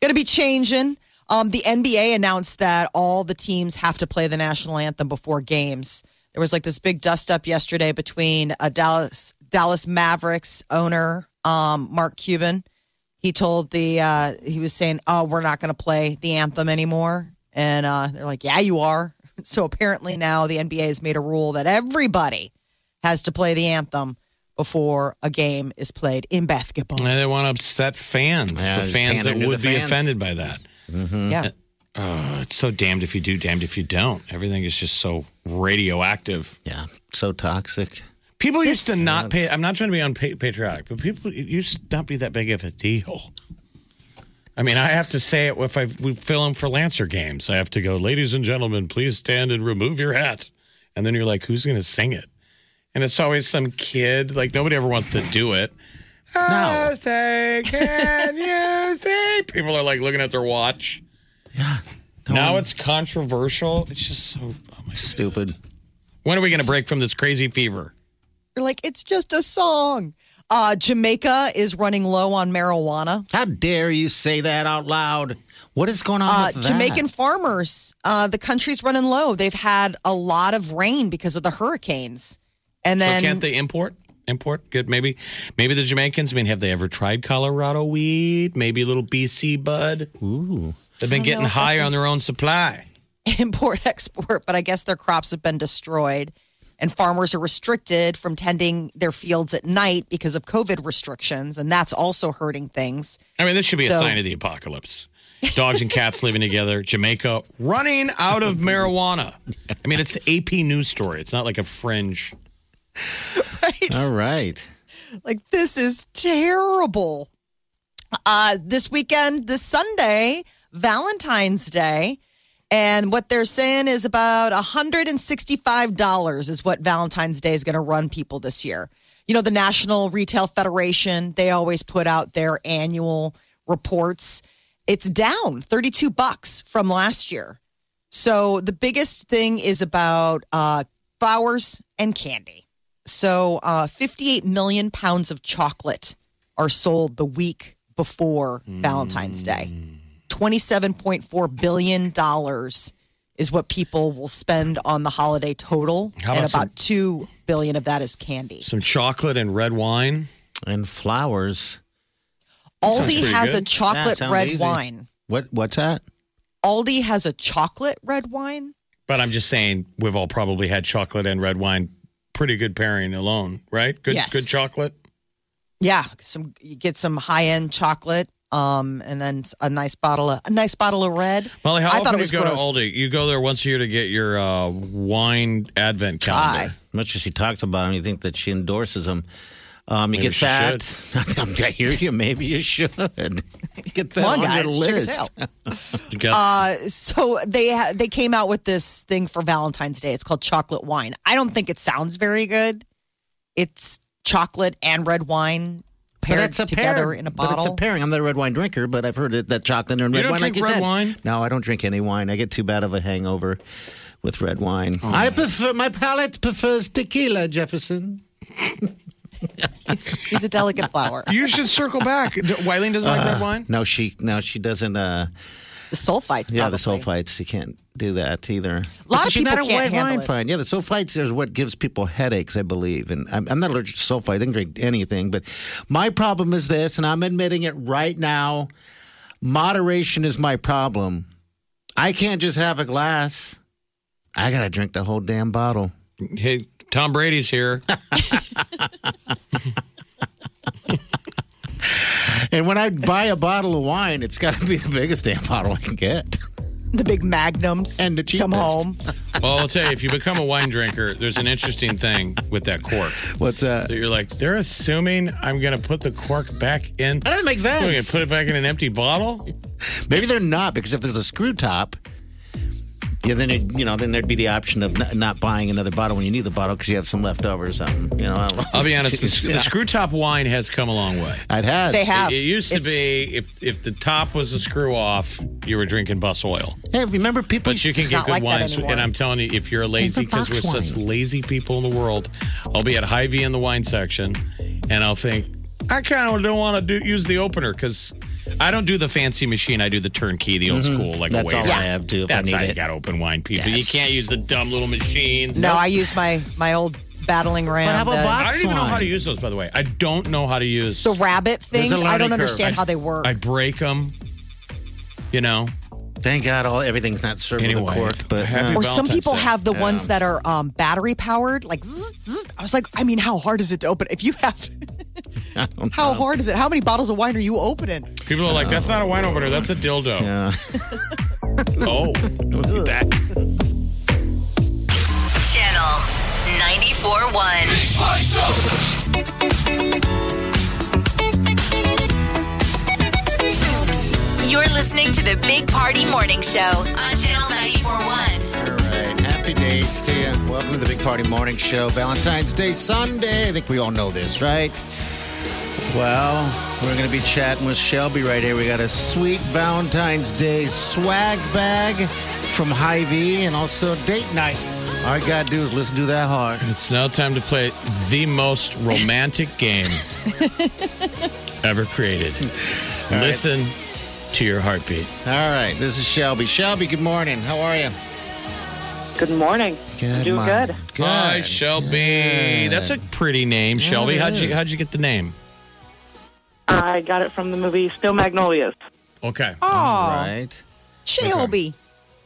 Speaker 4: going to be changing. Um, the NBA announced that all the teams have to play the national anthem before games. There was like this big dust up yesterday between a Dallas Dallas Mavericks owner um, Mark Cuban. He told the uh, he was saying, "Oh, we're not going to play the anthem anymore," and uh, they're like, "Yeah, you are." (laughs) So apparently now the NBA has made a rule that everybody has to play the anthem before a game is played in basketball.
Speaker 6: And they want to upset fans,
Speaker 5: Yeah,
Speaker 6: the
Speaker 5: just
Speaker 6: fans that
Speaker 5: pandering to
Speaker 6: would
Speaker 5: the
Speaker 6: be
Speaker 5: fans.
Speaker 6: offended by that. Mm-hmm.
Speaker 4: Yeah.
Speaker 6: Oh, it's so damned if you do, damned if you don't. Everything is just so radioactive.
Speaker 5: yeah. So toxic.
Speaker 6: People used to not pay. I'm not trying to be unpa- patriotic, but people it used to not be that big of a deal. I mean, I have to say it if I we film for Lancer games. I have to go, ladies and gentlemen, please stand and remove your hat. And then you're like, who's going to sing it? And it's always some kid. Like nobody ever wants to do it.
Speaker 5: No.
Speaker 6: I (laughs) say, can you see? People are like looking at their watch. Yeah. Now it's controversial. It's just so. Oh my.
Speaker 5: Stupid.
Speaker 6: When are we going to break from this crazy fever?
Speaker 4: You're like, it's just a song. Uh, Jamaica is running low on marijuana.
Speaker 5: How dare you say that out loud? What is going on
Speaker 4: Uh,
Speaker 5: with that?
Speaker 4: Jamaican farmers, uh, the country's running low. They've had a lot of rain because of the hurricanes. And
Speaker 6: So
Speaker 4: then
Speaker 6: can't they import? Import? Good. Maybe, maybe the Jamaicans. I mean, have they ever tried Colorado weed? Maybe a little BC bud.
Speaker 5: Ooh.
Speaker 6: They've been getting
Speaker 4: know if
Speaker 6: high on their own supply.
Speaker 4: (laughs) import export, but I guess their crops have been destroyed. And farmers are restricted from tending their fields at night because of COVID restrictions. And that's also hurting things.
Speaker 6: I mean, this should be a
Speaker 4: So-
Speaker 6: sign of the apocalypse. Dogs and cats living together. Jamaica running out of marijuana. I mean, it's an AP news story. It's not like a fringe.
Speaker 4: Right?
Speaker 5: All right.
Speaker 4: Like, this is terrible. Uh, this weekend, this Sunday, Valentine's Day. And what they're saying is about $165 is what Valentine's Day is going to run people this year. You know, the National Retail Federation, they always put out their annual reports. It's down 32 bucks from last year. So the biggest thing is about uh, flowers and candy. So uh, 58 million pounds of chocolate are sold the week before Valentine's Day. $27.4 billion is what people will spend on the holiday total.
Speaker 6: How
Speaker 4: and
Speaker 6: about
Speaker 4: about 2 billion of that is candy.
Speaker 6: Some chocolate and red wine.
Speaker 5: And flowers.
Speaker 6: sounds
Speaker 4: Aldi
Speaker 6: pretty
Speaker 4: has
Speaker 6: good.
Speaker 4: a chocolate
Speaker 5: sounds
Speaker 4: red
Speaker 5: easy.
Speaker 4: wine.
Speaker 5: What? What's that?
Speaker 4: Aldi has a chocolate red wine.
Speaker 6: But I'm just saying, we've all probably had chocolate and red wine. Pretty good pairing alone, right? Good,
Speaker 4: Yes.
Speaker 6: good chocolate.
Speaker 4: Yeah, some you get some high end chocolate, um, and then a nice bottle of a nice bottle of red.
Speaker 6: Molly,
Speaker 4: I
Speaker 6: how often
Speaker 4: thought
Speaker 6: do
Speaker 4: it was
Speaker 6: you go
Speaker 4: gross.
Speaker 6: to Aldi? You go there once a year to get your uh, wine advent calendar.
Speaker 5: much as she talks about him, you think that she endorses him. Um, you
Speaker 6: Maybe
Speaker 5: get
Speaker 6: she
Speaker 5: that. (laughs) I hear you. Maybe you should (laughs) get that
Speaker 4: Come on,
Speaker 5: on
Speaker 4: guys,
Speaker 5: your
Speaker 4: check it
Speaker 5: list.
Speaker 4: out.
Speaker 6: You got-
Speaker 4: Uh, So they ha- they came out with this thing for Valentine's Day. It's called chocolate wine. I don't think it sounds very good. It's chocolate and red wine
Speaker 5: But
Speaker 4: paired
Speaker 5: that's a
Speaker 4: together
Speaker 5: pairing.
Speaker 4: in a
Speaker 5: But it's a
Speaker 4: bottle.
Speaker 5: pairing. I'm not a red wine drinker, but I've heard that, that chocolate and
Speaker 6: You
Speaker 5: red
Speaker 6: don't
Speaker 5: wine.
Speaker 6: drink
Speaker 5: like you
Speaker 6: red
Speaker 5: said.
Speaker 6: wine?
Speaker 5: No, I don't drink any wine. I get too bad of a hangover with red wine.
Speaker 6: Oh,
Speaker 5: I prefer my palate prefers tequila, Jefferson.
Speaker 4: He's a delicate
Speaker 5: (laughs)
Speaker 4: flower.
Speaker 6: you should circle back. Wileen doesn't like red wine.
Speaker 5: No, she no, she doesn't. Uh,
Speaker 4: The sulfites,
Speaker 5: yeah, the
Speaker 4: probably.
Speaker 5: sulfites. You can't do that either. A
Speaker 4: lot of
Speaker 5: she's not
Speaker 4: people
Speaker 5: a
Speaker 4: can't
Speaker 5: white
Speaker 4: handle
Speaker 5: wine
Speaker 4: it.
Speaker 5: fan. Yeah, the sulfites is what gives people headaches, I believe. And I'm, I'm not allergic to sulfite. I didn't drink anything. But my problem is this, and I'm admitting it right now. Moderation is my problem. I can't just have a glass. I gotta drink the whole damn bottle.
Speaker 6: Hey, Tom Brady's here. (laughs)
Speaker 5: And when I buy a bottle of wine, it's gotta be the biggest damn bottle I can get. (laughs)
Speaker 4: The big magnums
Speaker 5: And the
Speaker 4: come
Speaker 5: cheapest.
Speaker 4: home.
Speaker 6: Well, I'll tell you, if you become a wine drinker, there's an interesting thing with that cork.
Speaker 5: What's that?
Speaker 6: That you're like, they're assuming I'm going to put the cork back in.
Speaker 5: That doesn't make
Speaker 6: We're going
Speaker 5: sense.
Speaker 6: to put it back in an empty bottle.
Speaker 5: Maybe they're not because if there's a screw top, yeah, then it, you know, then there'd be the option of not, not buying another bottle when you need the bottle because you have some left over or something. You know, I don't know.
Speaker 6: I'll be honest,
Speaker 5: (laughs)
Speaker 6: the,
Speaker 5: Yeah.
Speaker 6: the screw top wine has come a long way.
Speaker 5: It has.
Speaker 4: They have.
Speaker 6: It used to
Speaker 4: It's-
Speaker 6: be if if the top was a screw off, you were drinking bus oil.
Speaker 5: Hey, remember people?
Speaker 6: But you
Speaker 5: used to-
Speaker 6: can get
Speaker 4: not
Speaker 6: good
Speaker 4: like that
Speaker 6: wines,
Speaker 4: anymore.
Speaker 6: and I'm telling you, if you're lazy,
Speaker 5: Paper
Speaker 6: because we're
Speaker 5: box
Speaker 6: such lazy people in the world, I'll be at Hy-Vee in the wine section, and I'll think I kind of don't want to do, use the opener because I don't do the fancy machine. I do the turnkey, the old school, like
Speaker 5: Mm-hmm. That's
Speaker 6: a waiter.
Speaker 5: all I have too. If
Speaker 6: That's
Speaker 5: I
Speaker 6: how
Speaker 5: need
Speaker 6: you
Speaker 5: it.
Speaker 6: got open wine, people.
Speaker 5: Yes.
Speaker 6: You can't use the dumb little machines.
Speaker 4: No, I use my my old battling ram.
Speaker 5: how about
Speaker 4: the-
Speaker 5: box
Speaker 6: I don't even know
Speaker 5: wine?
Speaker 6: how to use those. By the way, I don't know how to use
Speaker 4: the rabbit
Speaker 5: There's
Speaker 4: things.
Speaker 5: a
Speaker 4: I
Speaker 5: learning
Speaker 4: don't
Speaker 5: curve.
Speaker 4: understand
Speaker 5: I-
Speaker 4: how they work.
Speaker 6: I break them. You know,
Speaker 5: Thank God, all everything's not served with
Speaker 6: Anyway,
Speaker 5: a cork. But
Speaker 6: happy
Speaker 5: uh, (laughs)
Speaker 4: or some
Speaker 6: Valentine's
Speaker 4: people
Speaker 6: Day.
Speaker 4: have the ones that are um, battery powered, like. Zzz, zzz. I was like, I mean, how hard is it to open? If you
Speaker 6: (laughs)
Speaker 4: have, how hard is it? How many bottles of wine are you opening?
Speaker 6: people are like, "That's not a wine opener. That's a dildo."
Speaker 5: Yeah. (laughs)
Speaker 6: oh,
Speaker 3: Channel 94.1. You're listening to the Big Party Morning Show on Channel 94.1.
Speaker 5: all right. Happy days to you. Welcome to the Big Party Morning Show. Valentine's Day Sunday. I think we all know this, right? Well, we're going to be chatting with Shelby right here. We got a sweet Valentine's Day swag bag from Hy-Vee and also date night. All you got to do is listen to that hard.
Speaker 6: It's now time to play the most romantic
Speaker 5: (laughs)
Speaker 6: game ever created. Listen to your heartbeat.
Speaker 5: All right, this is Shelby. Shelby, good morning. How are you?
Speaker 9: Good morning.
Speaker 5: Good.
Speaker 9: Doing
Speaker 5: mom.
Speaker 9: good.
Speaker 5: Good.
Speaker 6: Hi, Shelby. That's a pretty name, Shelby.
Speaker 5: it
Speaker 6: How'd you
Speaker 5: is.
Speaker 6: how'd you get the name?
Speaker 9: I got it from the movie Snow Magnolias.
Speaker 6: Okay,
Speaker 5: All
Speaker 4: Oh,
Speaker 5: right.
Speaker 4: Shelby.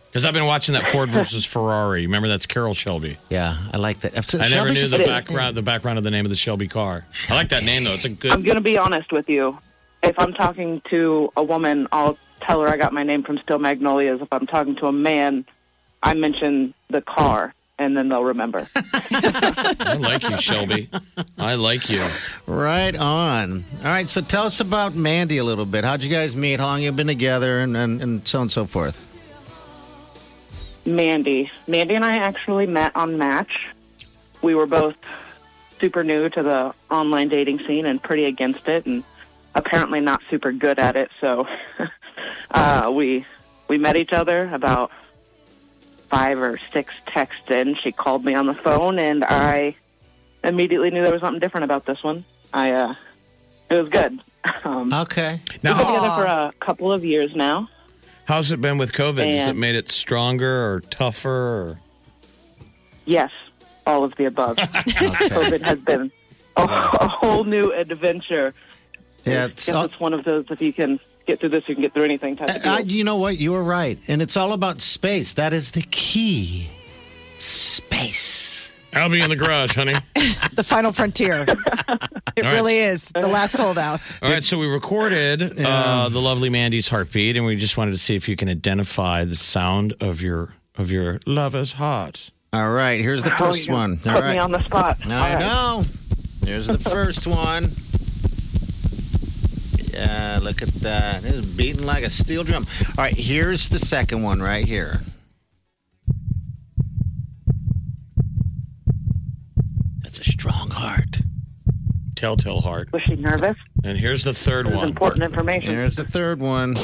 Speaker 6: because I've been watching that Ford versus Ferrari. Remember that's Carol Shelby.
Speaker 5: Yeah, I like that.
Speaker 6: I never knew
Speaker 5: Shelby's
Speaker 6: the
Speaker 5: just-
Speaker 6: background the background of the name of the Shelby car. I like that name though. It's a
Speaker 9: I'm
Speaker 6: good.
Speaker 9: going to be honest with you. If I'm talking to a woman, I'll tell her I got my name from Snow Magnolias. If I'm talking to a man, I mention the car, and then they'll remember.
Speaker 6: I like you, Shelby. I like you.
Speaker 5: Right on. All right, so tell us about Mandy a little bit. How'd you guys meet? How long you been together, and and, and so on and so forth.
Speaker 9: Mandy. Mandy and I actually met on Match. We were both super new to the online dating scene and pretty against it, and apparently not super good at it. So (laughs) uh, we we met each other about five or six texts in. She called me on the phone, and I immediately knew there was something different about this one. I uh, it was good. (laughs) Um,
Speaker 5: Okay.
Speaker 9: We've been
Speaker 6: Now,
Speaker 9: together for a couple of years now.
Speaker 6: how's it been with COVID? Has
Speaker 9: Yeah.
Speaker 6: it made it stronger or tougher? Or...
Speaker 9: Yes, all of the above. COVID has been a, a whole new adventure.
Speaker 5: Yeah.
Speaker 9: I
Speaker 5: It's
Speaker 9: guess
Speaker 5: all,
Speaker 9: it's one of those if you can get through this, you can get through anything type of
Speaker 5: I, I-
Speaker 9: deal.
Speaker 5: you know what? You were right. And it's all about space. That is the key. Space.
Speaker 6: I'll be in the garage, honey.
Speaker 4: The final
Speaker 6: (laughs)
Speaker 4: frontier. It
Speaker 6: right.
Speaker 4: really is the last holdout.
Speaker 6: All right, so we recorded uh, the lovely Mandy's heartbeat, and we just wanted to see if you can identify the sound of your of your lover's heart.
Speaker 5: All right. Here's the
Speaker 9: Oh,
Speaker 5: first
Speaker 9: you
Speaker 5: one. All
Speaker 9: Put me
Speaker 5: right.
Speaker 9: on the spot. All
Speaker 5: I
Speaker 9: right.
Speaker 5: know.
Speaker 9: (laughs)
Speaker 5: Here's the first one. Yeah, look at that. It's beating like a steel drum. All right, here's the second one right here. That's a strong heart.
Speaker 6: Telltale heart.
Speaker 9: Was she nervous?
Speaker 6: And here's the third
Speaker 9: This is
Speaker 6: one.
Speaker 9: important information.
Speaker 5: Here's the third one.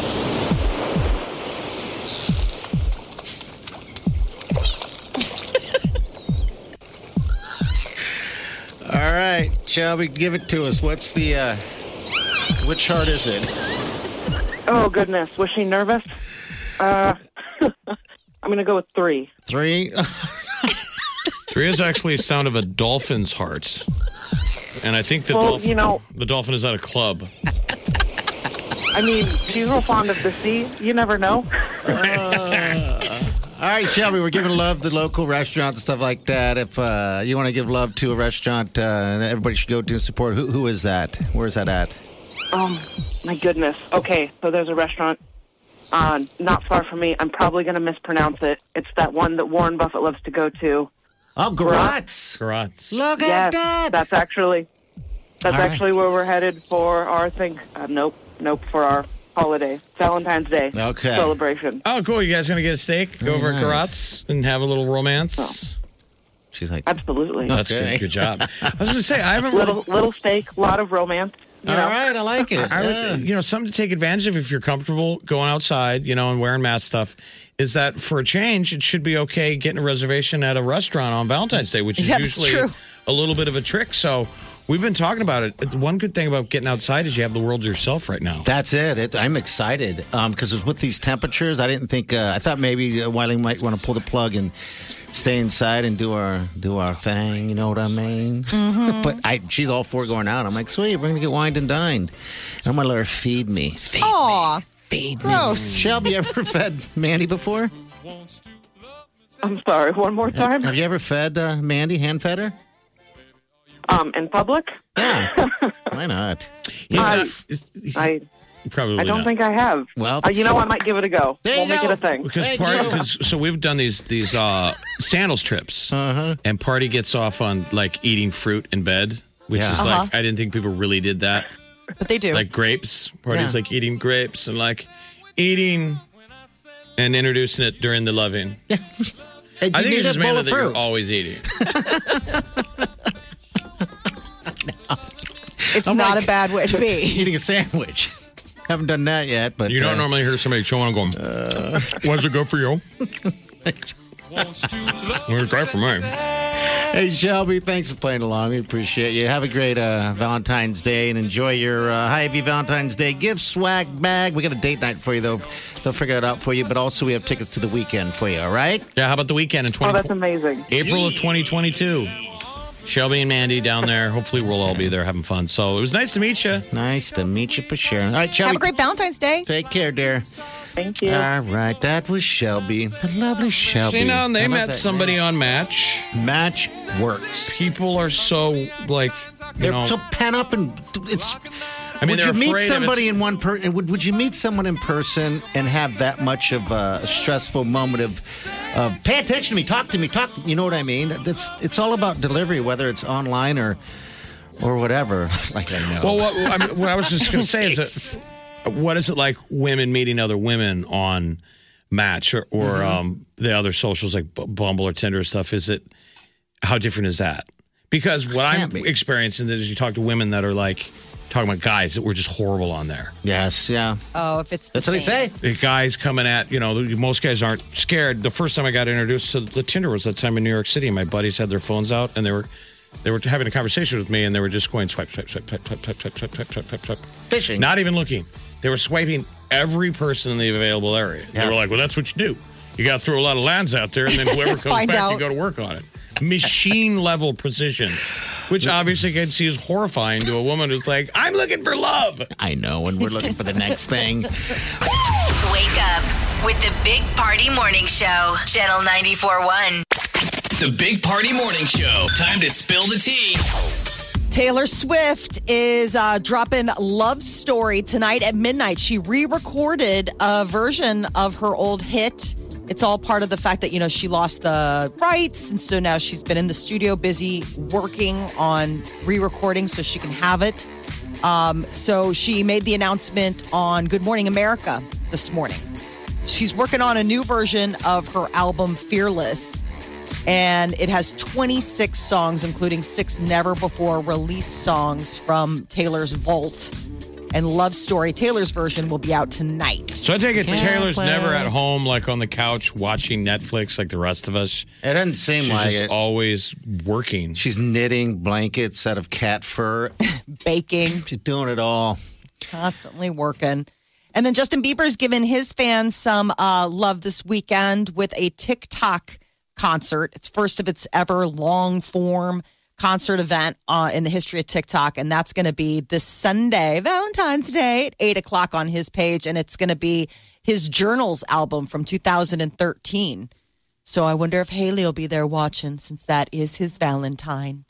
Speaker 5: All right, Shelby, give it to us. What's the uh which heart is it?
Speaker 9: Oh, goodness. Was she nervous? Uh, (laughs) I'm going to go with three.
Speaker 5: Three. (laughs)
Speaker 6: Three is actually a sound of a dolphin's heart. And I think the
Speaker 9: Well,
Speaker 6: dolphin
Speaker 9: you know-
Speaker 6: the dolphin is at a club.
Speaker 9: I mean, she's real fond of the sea. You never know.
Speaker 5: All right, Shelby, we're giving love to local restaurants and stuff like that. If uh, you want to give love to a restaurant, uh, everybody should go do support. Who, who is that? Where is that at?
Speaker 9: Um, my goodness. Okay, so there's a restaurant uh, not far from me. I'm probably going to mispronounce it. It's that one that Warren Buffett loves to go to.
Speaker 5: Oh, Garotts.
Speaker 6: Garotz.
Speaker 5: Look
Speaker 9: yes,
Speaker 5: at that.
Speaker 9: that's actually that's
Speaker 5: All right.
Speaker 9: actually where we're headed for our thing. Uh, nope, nope, for our holiday, Valentine's Day
Speaker 5: Okay.
Speaker 9: celebration.
Speaker 6: Oh, cool. You guys going to get a steak? Go over at Garotz and have a little
Speaker 9: Oh.
Speaker 6: romance?
Speaker 5: She's like, all
Speaker 9: Absolutely,
Speaker 6: That's
Speaker 5: Okay.
Speaker 6: good. Good job. I was going
Speaker 9: (laughs)
Speaker 6: to say, I haven't really.
Speaker 9: little little steak, lot of romance. You know,
Speaker 5: right, I like it.
Speaker 6: I
Speaker 5: Yeah.
Speaker 6: would, you know, something to take advantage of if you're comfortable going outside, you know, and wearing mask stuff, is that for a change, it should be okay getting a reservation at a restaurant on Valentine's Day, which is
Speaker 4: Yeah, that's
Speaker 6: usually
Speaker 4: true.
Speaker 6: a little bit of a trick. So we've been talking about it. It's One good thing about getting outside is you have the world to yourself right now.
Speaker 5: That's it. it I'm excited because with these temperatures, I didn't think. Uh, I thought maybe uh, Wiley might want to pull the plug and stay inside and do our do our thing. You know what I mean? but I, she's all for going out. I'm like, sweet, we're gonna get wined and dined. And I'm gonna let her feed me. Feed
Speaker 4: Aw,
Speaker 5: feed
Speaker 4: Oh, gross.
Speaker 5: Shelby, you ever fed Mandy before?
Speaker 9: I'm sorry. One more time.
Speaker 5: Have you ever fed uh, Mandy? Hand fed her?
Speaker 9: Um, in public,
Speaker 5: Yeah. Why not?
Speaker 6: He's
Speaker 9: I-
Speaker 6: not, it's-
Speaker 9: I
Speaker 6: (laughs) probably
Speaker 9: I don't
Speaker 6: not.
Speaker 9: think I have.
Speaker 5: Well-
Speaker 9: uh, you know, I might give it a go.
Speaker 5: There you
Speaker 9: we'll make
Speaker 5: go.
Speaker 9: it a thing.
Speaker 6: because
Speaker 5: Thank
Speaker 6: part
Speaker 5: you.
Speaker 6: because so we've done these these uh sandals trips and party gets off on like eating fruit in bed which
Speaker 5: Yeah.
Speaker 6: is
Speaker 9: Uh-huh.
Speaker 6: like i didn't think people really did that
Speaker 4: but they do.
Speaker 6: like grapes parties
Speaker 5: Yeah.
Speaker 6: like eating grapes and like eating and introducing it during the loving
Speaker 5: And
Speaker 6: i
Speaker 5: you
Speaker 6: think it's
Speaker 5: need a
Speaker 6: just
Speaker 5: bowl
Speaker 6: mainly
Speaker 5: of
Speaker 6: that you're
Speaker 5: fruit.
Speaker 6: always eating
Speaker 4: it's not a bad way to
Speaker 6: (laughs)
Speaker 4: be.
Speaker 5: Eating a sandwich. (laughs) Haven't done that yet,
Speaker 6: (laughs)
Speaker 5: but
Speaker 6: you
Speaker 5: uh,
Speaker 6: don't normally hear somebody chewing and going why does it go for
Speaker 5: (laughs)
Speaker 6: you it's right for me
Speaker 5: Hey, Shelby, thanks for playing along. We appreciate you. Have a great uh, Valentine's Day and enjoy your uh, Hy-Vee Valentine's Day gift swag bag. We got a date night for you, though. They'll figure it out for you, but also we have tickets to the weekend for you, all right?
Speaker 6: yeah how about the weekend in 20-
Speaker 9: Oh, that's amazing.
Speaker 6: April of 2022. Shelby and Mandy down there. Hopefully, we'll all be there having fun. So it was nice to meet you.
Speaker 5: Nice to meet you for sure. All right, Shelby.
Speaker 4: Have a great Valentine's Day.
Speaker 5: Take care, dear.
Speaker 9: Thank you.
Speaker 5: All right, that was Shelby, the lovely Shelby.
Speaker 6: See, now they
Speaker 5: How about
Speaker 6: met
Speaker 5: that?
Speaker 6: somebody on Match.
Speaker 5: Match works.
Speaker 6: People are so like, you
Speaker 5: They're
Speaker 6: know.
Speaker 5: so pent up, and it's.
Speaker 6: I mean,
Speaker 5: would you
Speaker 6: they're
Speaker 5: meet
Speaker 6: afraid of
Speaker 5: somebody
Speaker 6: it's-
Speaker 5: in one person? Would, would you meet someone in person and have that much of a stressful moment of, of pay attention to me, talk to me, talk? You know what I mean? It's it's all about delivery, whether it's online or or whatever. (laughs) like I know.
Speaker 6: Well, what I,
Speaker 5: (laughs)
Speaker 6: mean, what I was just going to say is that what is it like women meeting other women on Match or, or
Speaker 5: Mm-hmm.
Speaker 6: um, the other socials like B- Bumble or Tinder and stuff? Is it how different is that? Because what I'm
Speaker 5: Can't be.
Speaker 6: experiencing is you talk to women that are like talking about guys that were just horrible on there.
Speaker 5: Yes, yeah.
Speaker 4: Oh, if it's the
Speaker 5: That's what they
Speaker 4: same.
Speaker 5: say.
Speaker 6: The guys coming at you know most guys aren't scared. The first time I got introduced to the Tinder was that time in New York City. and My buddies had their phones out and they were they were having a conversation with me and they were just going swipe swipe swipe swipe swipe swipe swipe swipe swipe swipe swipe swipe.
Speaker 5: Fishing.
Speaker 6: Not even looking. They were swiping every person in the available area. They
Speaker 5: Yeah.
Speaker 6: were like, well, that's what you do. You got to throw a lot of lines out there, and then
Speaker 5: (laughs)
Speaker 6: whoever comes
Speaker 4: Find
Speaker 6: back, you
Speaker 4: out.
Speaker 6: go to work on it. Machine level precision, which obviously I can see is horrifying to a woman who's like, I'm looking for love.
Speaker 5: I know, and we're looking for the next
Speaker 6: (laughs)
Speaker 5: thing.
Speaker 3: Wake up with the Big Party Morning Show, Channel 94.1.
Speaker 2: The Big Party Morning Show. Time to spill the tea.
Speaker 4: Taylor Swift is uh, dropping Love Story tonight at midnight. She re recorded a version of her old hit. It's all part of the fact that, you know, she lost the rights. And so now she's been in the studio busy working on re recording so she can have it. Um, so she made the announcement on Good Morning America this morning. She's working on a new version of her album Fearless and it has 26 songs, including six never before released songs from Taylor's vault. And Love Story, Taylor's version, will be out tonight.
Speaker 6: So I take it Taylor's never at home, like on the couch watching Netflix, like the rest of us.
Speaker 5: It doesn't seem
Speaker 6: She's
Speaker 5: like
Speaker 6: just
Speaker 5: it.
Speaker 6: always working.
Speaker 5: She's knitting blankets out of cat fur.
Speaker 4: Baking,
Speaker 5: She's doing it all.
Speaker 4: constantly working. And then Justin Bieber's given his fans some uh, love this weekend with a TikTok concert. It's first of its ever long form concert event uh, in the history of TikTok. And that's going to be this Sunday, Valentine's Day at 8 o'clock on his page. And it's going to be his Journals album from 2013. So I wonder if Haley will be there watching since that is his Valentine.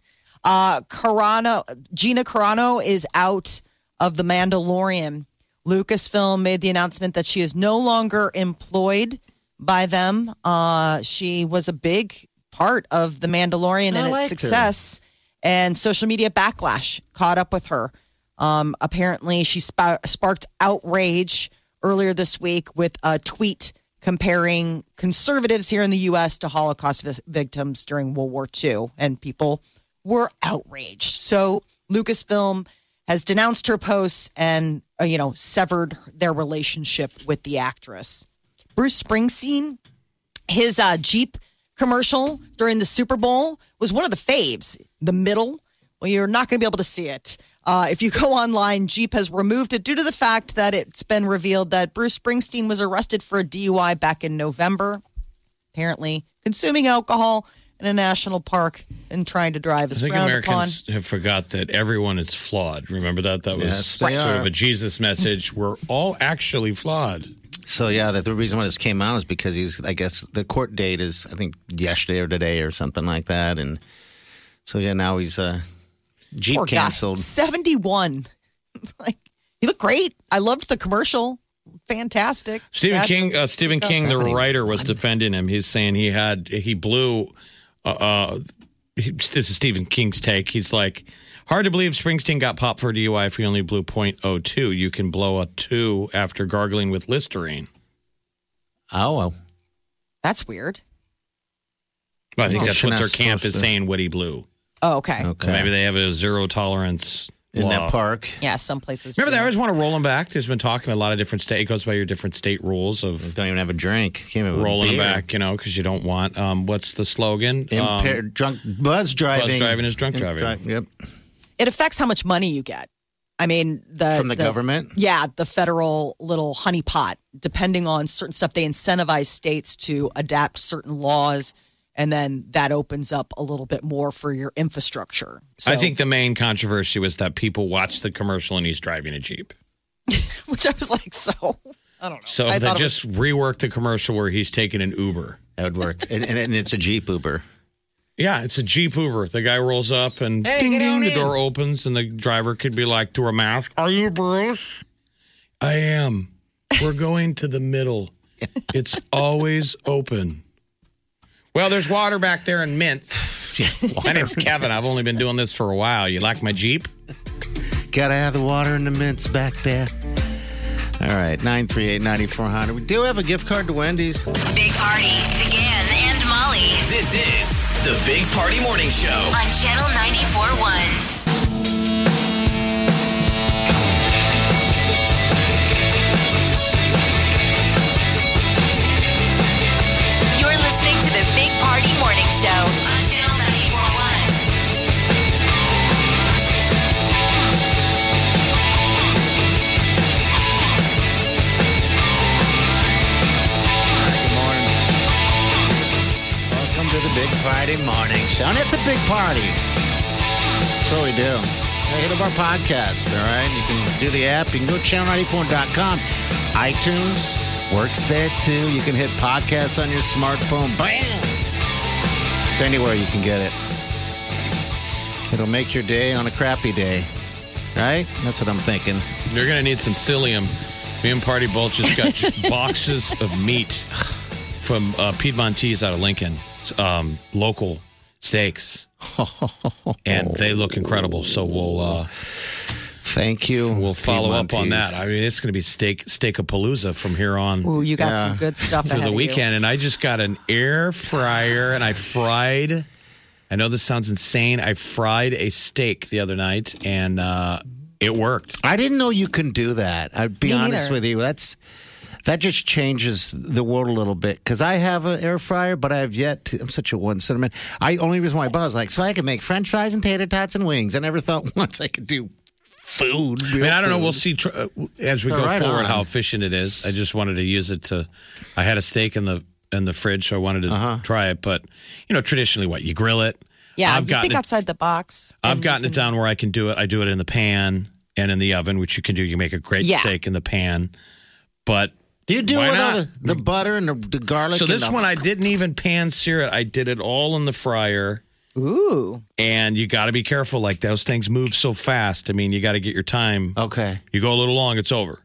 Speaker 4: Uh, Carano, Gina Carano is out of The Mandalorian. Lucasfilm made the announcement that she is no longer employed by them. Uh, she was a big part of The Mandalorian and its
Speaker 5: liked her.
Speaker 4: success, and social media backlash caught up with her. Um, apparently, she spa- sparked outrage earlier this week with a tweet comparing conservatives here in the U.S. to Holocaust vi- victims during World War II, and people were outraged. So Lucasfilm has denounced her posts and uh, you know severed their relationship with the actress. Bruce Springsteen his uh, Jeep commercial during the Super Bowl was one of the faves. The middle, well, you're not going to be able to see it. Uh, if you go online, Jeep has removed it due to the fact that it's been revealed that Bruce Springsteen was arrested for a DUI back in November, apparently consuming alcohol in a national park and trying to drive
Speaker 6: I
Speaker 4: his
Speaker 6: think
Speaker 4: ground upon.
Speaker 6: Americans have forgot that everyone is flawed. Remember that? That was
Speaker 5: Yes,
Speaker 6: sort
Speaker 5: they
Speaker 6: of
Speaker 5: are.
Speaker 6: a Jesus message. We're all actually flawed.
Speaker 5: So yeah, the, the reason why this came out is because he's. I guess the court date is I think yesterday or today or something like that, and so yeah, now he's uh, Jeep
Speaker 4: Poor guy.
Speaker 5: canceled.
Speaker 4: 71. (laughs) It's like, you look great. I loved the commercial. Fantastic.
Speaker 6: Stephen
Speaker 4: Sad
Speaker 6: King,
Speaker 4: for-
Speaker 6: uh, Stephen King, the
Speaker 5: 2001.
Speaker 6: writer, was defending him. He's saying he had he blew. Uh, uh, he- this is Stephen King's take. He's like, hard to believe Springsteen got popped for DUI if he only blew .02. You can blow a two after gargling with Listerine.
Speaker 5: Oh, well.
Speaker 4: That's weird.
Speaker 6: But I think
Speaker 5: Oh,
Speaker 6: that's
Speaker 5: you're
Speaker 6: what their
Speaker 5: not
Speaker 6: camp is
Speaker 5: supposed to.
Speaker 6: saying. What he blew.
Speaker 4: Oh, okay.
Speaker 5: okay.
Speaker 6: Maybe they have a zero tolerance
Speaker 5: in
Speaker 6: law.
Speaker 5: that park.
Speaker 4: Yeah, some places.
Speaker 6: Remember,
Speaker 4: do.
Speaker 6: they always want to roll them back. There's been talk in a lot of different state. It goes by your different state rules of
Speaker 5: Don't even have a drink. Can't even have a
Speaker 6: rolling them
Speaker 5: beer.
Speaker 6: back. You know, because you don't want. Um, what's the slogan? Um,
Speaker 5: Impaired, drunk, buzz driving.
Speaker 6: driving is drunk
Speaker 5: Im-
Speaker 6: driving.
Speaker 5: dri- yep.
Speaker 4: It affects how much money you get. I mean, the
Speaker 5: From the government?
Speaker 4: Yeah, the federal little honeypot. Depending on certain stuff, they incentivize states to adapt certain laws, and then that opens up a little bit more for your infrastructure. So, (laughs)
Speaker 6: I think the main controversy was that people watched the commercial and he's driving a Jeep.
Speaker 4: which I was like, so I don't know.
Speaker 6: So
Speaker 4: I
Speaker 6: they
Speaker 4: thought it
Speaker 6: just reworked the commercial where he's taking an Uber.
Speaker 5: That would work. and, and, and it's a Jeep Uber.
Speaker 6: Yeah, it's a Jeep Uber. The guy rolls up and
Speaker 5: Hey,
Speaker 6: ding
Speaker 5: get
Speaker 6: ding,
Speaker 5: on
Speaker 6: the
Speaker 5: in.
Speaker 6: door opens and the driver could be like through a mask, "Are you Bruce?" I am. We're going to the middle. It's always open. Well, there's water back there and mints. my name's Kevin. I've only been doing this for a while. You like my Jeep?
Speaker 5: Gotta have the water and the mints back there. All All right, 938 9400. We do have a gift card to Wendy's.
Speaker 3: Big Party, DeGan and Molly
Speaker 2: This is the Big Party Morning Show.
Speaker 3: on Channel 94.1. You're listening to the Big Party Morning Show on Channel 94.1.
Speaker 5: Good morning. Welcome to the Big Friday Morning Show. And it's a big party. That's what we do. Hey, hit up our podcast, all right? You can do the app. You can go to channel94.com. iTunes works there too. You can hit podcasts on your smartphone. Bam! It's anywhere you can get it. It'll make your day on a crappy day, right? That's what I'm thinking.
Speaker 6: You're going to need some psyllium. Me and Party Bolt just got j- boxes of meat from uh, Piedmontese out of Lincoln, um, local steaks. and they look incredible. So we'll uh,
Speaker 5: Thank you.
Speaker 6: we'll follow up on that.
Speaker 5: Piedmontese.
Speaker 6: I mean, it's going to be steak steakapalooza from here on
Speaker 4: Ooh, you got
Speaker 5: Yeah.
Speaker 4: some good stuff
Speaker 6: through
Speaker 4: ahead
Speaker 6: the
Speaker 4: of you.
Speaker 6: weekend. And I just got an air fryer and I fried. I know this sounds insane. I fried a steak the other night and uh, it worked.
Speaker 5: I didn't know you can do that. I'd be
Speaker 4: Me
Speaker 5: honest
Speaker 4: neither.
Speaker 5: with you. That's that just changes the world a little bit because I have an air fryer, but I have yet to. I'm such a one cinnamon. I only reason why I bought it was like so I can make French fries and tater tots and wings. I never thought (laughs) once I could do food.
Speaker 6: I mean, I don't know. We'll see tr- uh, as we go
Speaker 5: Right
Speaker 6: forward
Speaker 5: on.
Speaker 6: how efficient it is. I just wanted to use it to. I had a steak in the in the fridge, so I wanted to
Speaker 5: Uh-huh.
Speaker 6: try it. But you know, traditionally, what you grill it.
Speaker 4: Yeah,
Speaker 6: I've
Speaker 4: you
Speaker 6: gotten
Speaker 4: think
Speaker 6: it,
Speaker 4: outside the box.
Speaker 6: I've gotten it down where I can do it. I do it in the pan and in the oven, which you can do. You make a great
Speaker 4: Yeah.
Speaker 6: steak in the pan, but
Speaker 5: Do you do
Speaker 6: Why
Speaker 5: it all
Speaker 6: not?
Speaker 5: the, the butter and the, the garlic?
Speaker 6: so
Speaker 5: and
Speaker 6: this
Speaker 5: the-
Speaker 6: one I didn't even pan sear it. I did it all in the fryer.
Speaker 4: Ooh.
Speaker 6: And you got to be careful. Like those things move so fast. I mean, you got to get your time.
Speaker 5: Okay.
Speaker 6: You go a little long, it's over.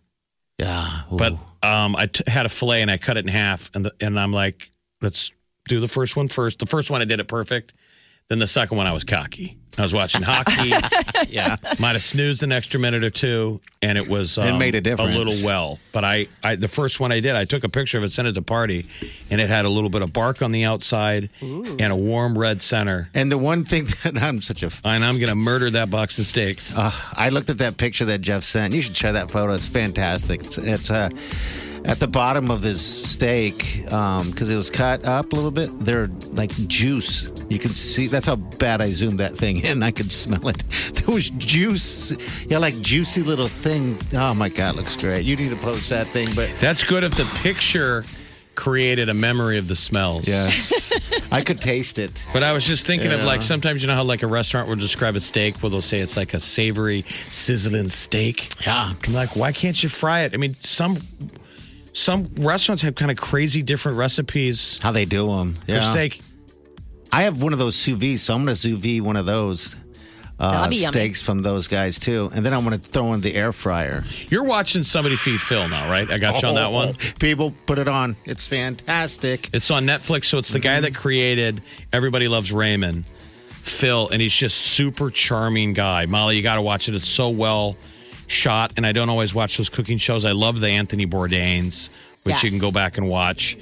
Speaker 5: Yeah. Ooh.
Speaker 6: But um, I t- had a fillet and I cut it in half, and the, and I'm like, let's do the first one first. The first one I did it perfect. Then the second one I was cocky. I was watching hockey.
Speaker 5: (laughs) yeah.
Speaker 6: Might have snoozed an extra minute or two, and it was um,
Speaker 5: It made a difference.
Speaker 6: little well. But I, I, the first one I did, I took a picture of it, sent it to party, and it had a little bit of bark on the outside and a warm red center.
Speaker 5: And the one thing (laughs) that I'm such a
Speaker 6: And I'm gonna murder that box of steaks.
Speaker 5: Uh, I looked at that picture that Jeff sent. You should check that photo. It's fantastic. It's, it's uh, at the bottom of this steak because it was cut up a little bit. They're like juice. You can see that's how bad I zoomed that thing in. I could smell it. (laughs) There was juice. Yeah, like juicy little thing. Oh my god, looks great. You need to post that thing, but.
Speaker 6: That's good if the picture created a memory of the smells.
Speaker 5: Yes, (laughs) I could taste it.
Speaker 6: But I was just thinking of
Speaker 5: Yeah.
Speaker 6: like sometimes you know how like a restaurant will describe a steak, well they'll say it's like a savory sizzling steak.
Speaker 5: Yeah,
Speaker 6: I'm like, why can't you fry it? I mean, some some restaurants have kind of crazy different recipes
Speaker 5: how they do them. Yeah,
Speaker 6: for steak.
Speaker 5: I have one of those sous vide, so I'm going to sous vide one of those uh,
Speaker 4: That'd be yummy.
Speaker 5: steaks from those guys too, and then I'm going to throw in the air fryer.
Speaker 6: You're watching somebody feed Phil now, right? I got you on
Speaker 5: Oh.
Speaker 6: that one.
Speaker 5: People, put it on. It's fantastic.
Speaker 6: It's on Netflix, so it's the guy that created Everybody Loves Raymond, Phil, and he's just super charming guy. Molly, you got to watch it. It's so well shot, and I don't always watch those cooking shows. I love the Anthony Bourdain's, which you can
Speaker 4: Yes.
Speaker 6: go back and watch.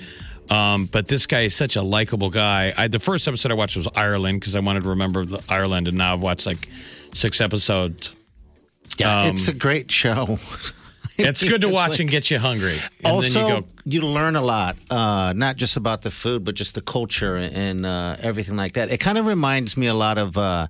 Speaker 6: Um, but this guy is such a likable guy. I, the first episode I watched was Ireland because I wanted to remember the Ireland, and now I've watched like six
Speaker 5: (laughs)
Speaker 6: episodes.
Speaker 5: Yeah,
Speaker 6: um,
Speaker 5: it's a great show.
Speaker 6: It's good to watch and
Speaker 5: like-
Speaker 6: get you hungry. And
Speaker 5: also,
Speaker 6: then
Speaker 5: you,
Speaker 6: you go,
Speaker 5: learn a lot, uh, not just about the food, but just the culture and uh, everything like that. It kind of reminds me a lot of uh,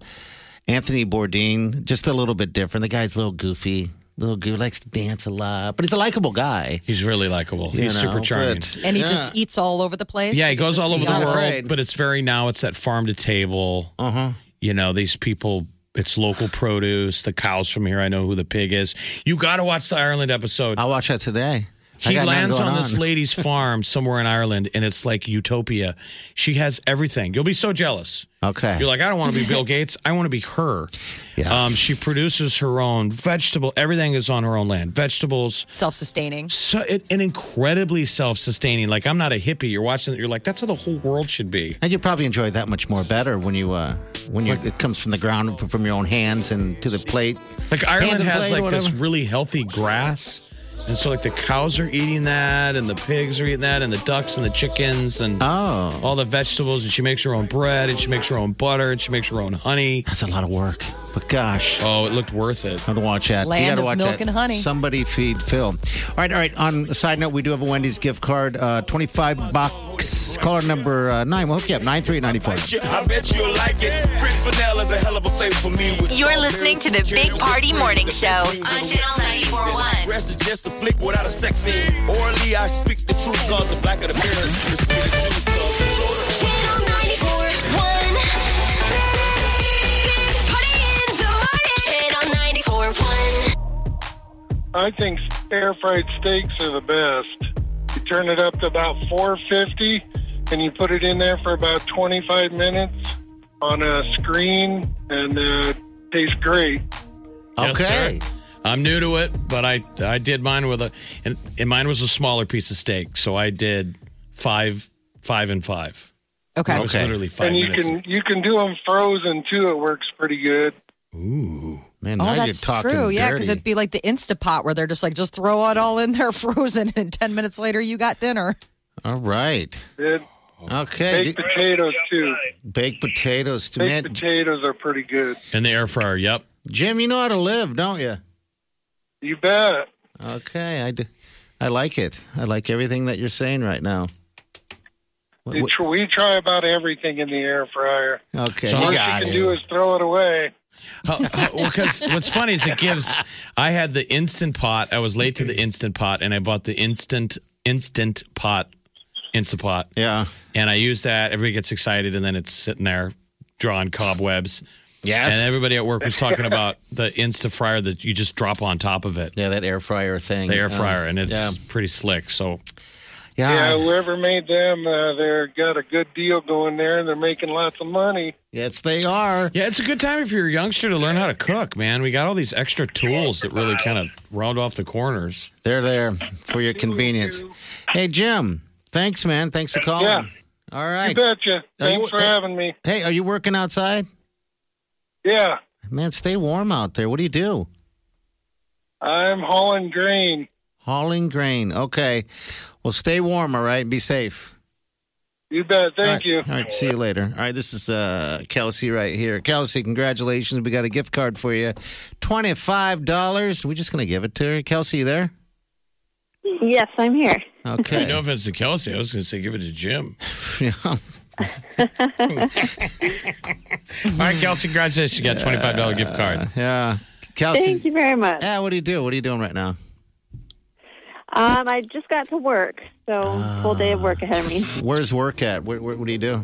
Speaker 5: Anthony Bourdain, just a little bit different. The guy's a little goofy, little goofy, likes to dance a lot, but he's a likable guy.
Speaker 6: he's really likable.
Speaker 5: you
Speaker 6: He's super
Speaker 5: know,
Speaker 6: charming.
Speaker 5: but-
Speaker 4: And he
Speaker 5: Yeah.
Speaker 4: just eats all over the place.
Speaker 6: Yeah, he
Speaker 4: You get
Speaker 6: goes
Speaker 4: to
Speaker 6: all over
Speaker 4: see
Speaker 6: the
Speaker 5: Not
Speaker 6: world,
Speaker 5: afraid.
Speaker 6: but it's very now it's that farm to table.
Speaker 5: Uh-huh.
Speaker 6: You know, these people, it's local produce, the cows from here. I know who the pig is. You got to watch the Ireland episode.
Speaker 5: I watch that today. I
Speaker 6: He
Speaker 5: got nothing
Speaker 6: lands
Speaker 5: going
Speaker 6: on
Speaker 5: (laughs)
Speaker 6: this lady's farm somewhere in Ireland, and it's like utopia. She has everything. You'll be so jealous.
Speaker 5: Okay.
Speaker 6: You're like, I don't want to be Bill Gates. I want to be her.
Speaker 5: Yeah.
Speaker 6: Um, she produces her own vegetable. Everything is on her own land. Vegetables,
Speaker 4: Self-sustaining.
Speaker 6: so it, and incredibly self-sustaining. Like I'm not a hippie. You're watching it. You're like, that's how the whole world should be.
Speaker 5: And you probably enjoy that much more better when you uh, when you it comes from the ground from your own hands and to the plate.
Speaker 6: Like Ireland
Speaker 5: Hand and
Speaker 6: has
Speaker 5: blade or
Speaker 6: like this
Speaker 5: whatever.
Speaker 6: really healthy grass And so, like, the cows are eating that, and the pigs are eating that, and the ducks and the chickens, and
Speaker 5: Oh,
Speaker 6: all the vegetables. And she makes her own bread, and she makes her own butter, and she makes her own honey.
Speaker 5: that's a lot of work. But gosh.
Speaker 6: Oh, it looked worth it.
Speaker 5: Gotta watch that.
Speaker 4: Land
Speaker 5: you gotta
Speaker 4: of
Speaker 5: watch
Speaker 4: milk
Speaker 5: that.
Speaker 4: and honey.
Speaker 5: Somebody feed Phil. All right, all right. On a side note, we do have a Wendy's gift card, uh, 25 bucks. Caller number uh, 9. We'll hook you up, 9394.
Speaker 2: I bet you'll like it. French vanilla is a hell of a flavor for me. With
Speaker 3: You're listening to the Big Party Morning Show on Channel 941.
Speaker 2: Rest is just a flick without a sex scene. Orally, I speak the truth cause the back of the mirror. is where the juice comes.
Speaker 3: Channel 941. Big Party in the morning. Channel 941.
Speaker 10: I think air fried steaks are the best. You turn it up to about 450 and you put it in there for about 25 minutes on a screen and uh, tastes great.
Speaker 6: Yes,
Speaker 5: Okay.
Speaker 6: sir. I'm new to it, but I I did mine with a and, and mine was a smaller piece of steak, so I did five five and five.
Speaker 4: Okay.
Speaker 6: It was
Speaker 5: Okay.
Speaker 6: literally five
Speaker 10: and you
Speaker 6: minutes.
Speaker 10: can you can do them frozen too. It works pretty good.
Speaker 6: Ooh.
Speaker 5: Man,
Speaker 4: Oh,
Speaker 5: now
Speaker 4: that's
Speaker 5: you're talking
Speaker 4: true.
Speaker 5: Dirty.
Speaker 4: Yeah, because it'd be like the Instapot where they're just like, just throw it all in there (laughs) frozen, and 10 minutes later, you got dinner.
Speaker 5: All right.
Speaker 10: It,
Speaker 5: Okay.
Speaker 10: baked
Speaker 5: Baked,
Speaker 10: potatoes too.
Speaker 5: baked potatoes. Too.
Speaker 10: Baked
Speaker 5: Man, J-
Speaker 10: potatoes are pretty good.
Speaker 6: And the air fryer, yep.
Speaker 5: Jim, you know how to live, don't you?
Speaker 10: You bet.
Speaker 5: Okay. I, d- I like it. I like everything that you're saying right now. What-
Speaker 10: We
Speaker 5: what-
Speaker 10: tr- we try about everything in the air fryer.
Speaker 5: Okay.
Speaker 6: So
Speaker 5: you
Speaker 6: hard you
Speaker 5: got
Speaker 10: All you
Speaker 5: it.
Speaker 10: can do is throw it away.
Speaker 6: Because what's funny is it gives. I had the instant pot. I was late to the instant pot, and I bought the instant instant pot, instant pot,
Speaker 5: yeah.
Speaker 6: and I use that. Everybody gets excited, and then it's sitting there drawing cobwebs.
Speaker 5: Yes.
Speaker 6: And everybody at work
Speaker 5: (laughs)
Speaker 6: was talking about the Insta fryer that you just drop on top of it.
Speaker 5: yeah, that air fryer thing.
Speaker 6: the air
Speaker 5: Um,
Speaker 6: fryer, and it's
Speaker 5: yeah.
Speaker 6: pretty slick. So
Speaker 5: Yeah.
Speaker 10: Yeah, Uh, whoever made them, uh, they're got a good deal going there, and they're making lots of money.
Speaker 5: Yes, they are.
Speaker 6: yeah, it's a good time if you're a youngster to learn how to cook, man. We got all these extra tools that really kind of round off the corners.
Speaker 5: They're there for your convenience. Hey, Jim. Thanks, man. Thanks for calling.
Speaker 10: Yeah.
Speaker 5: All
Speaker 10: You
Speaker 5: right.
Speaker 10: betcha.
Speaker 5: Are you-
Speaker 10: Thanks for having me.
Speaker 5: Hey, are you working outside?
Speaker 10: Yeah,
Speaker 5: Man, stay warm out there. What do you do?
Speaker 10: I'm hauling grain.
Speaker 5: Hauling grain. Okay. Well, stay warm, all right? Be safe.
Speaker 10: You bet.
Speaker 5: All
Speaker 10: Thank
Speaker 5: right.
Speaker 10: you.
Speaker 5: All right. See you later. All right. This is uh, Kelsey right here. Kelsey, congratulations. We got a gift card for you $25. We're just going to give it to her. Kelsey, you there?
Speaker 11: Yes, I'm here.
Speaker 5: Okay.
Speaker 6: (laughs)
Speaker 5: (laughs)
Speaker 6: No offense to Kelsey, I was going to say give it to Jim.
Speaker 5: Yeah.
Speaker 6: All right, Kelsey, congratulations! You got a twenty five dollar gift card.
Speaker 5: yeah.
Speaker 11: Thank
Speaker 5: Kelsey.
Speaker 11: you very much.
Speaker 5: Yeah, what do you do? What are you doing right now?
Speaker 11: Um, I just got to work, so full day of work ahead of me. Um,
Speaker 5: Where's work at? Where, where, what do you do?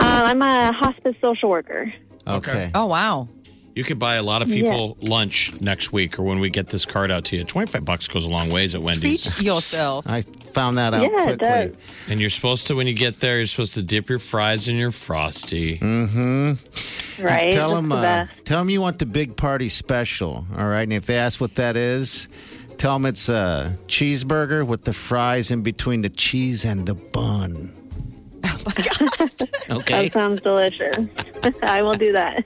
Speaker 5: Ah.
Speaker 11: Um, I'm a hospice social worker.
Speaker 5: Okay.
Speaker 4: Oh, wow.
Speaker 6: You could buy a lot of people lunch next week, or when we get this card out to you. Twenty five bucks goes a long ways at Wendy's.
Speaker 4: Treat
Speaker 6: (laughs)
Speaker 4: yourself.
Speaker 5: I found that out
Speaker 11: Yeah, it
Speaker 5: quickly.
Speaker 11: does.
Speaker 6: And you're supposed to, when you get there, you're supposed to dip your fries in your frosty.
Speaker 11: Right?
Speaker 5: Tell
Speaker 11: That's
Speaker 5: them,
Speaker 11: the
Speaker 5: uh,
Speaker 11: best.
Speaker 5: tell them you want the big party special. All right, and if they ask what that is, tell them it's a cheeseburger with the fries in between the cheese and the bun.
Speaker 4: Oh,
Speaker 5: (laughs) Okay.
Speaker 11: That sounds delicious. (laughs) I will do that.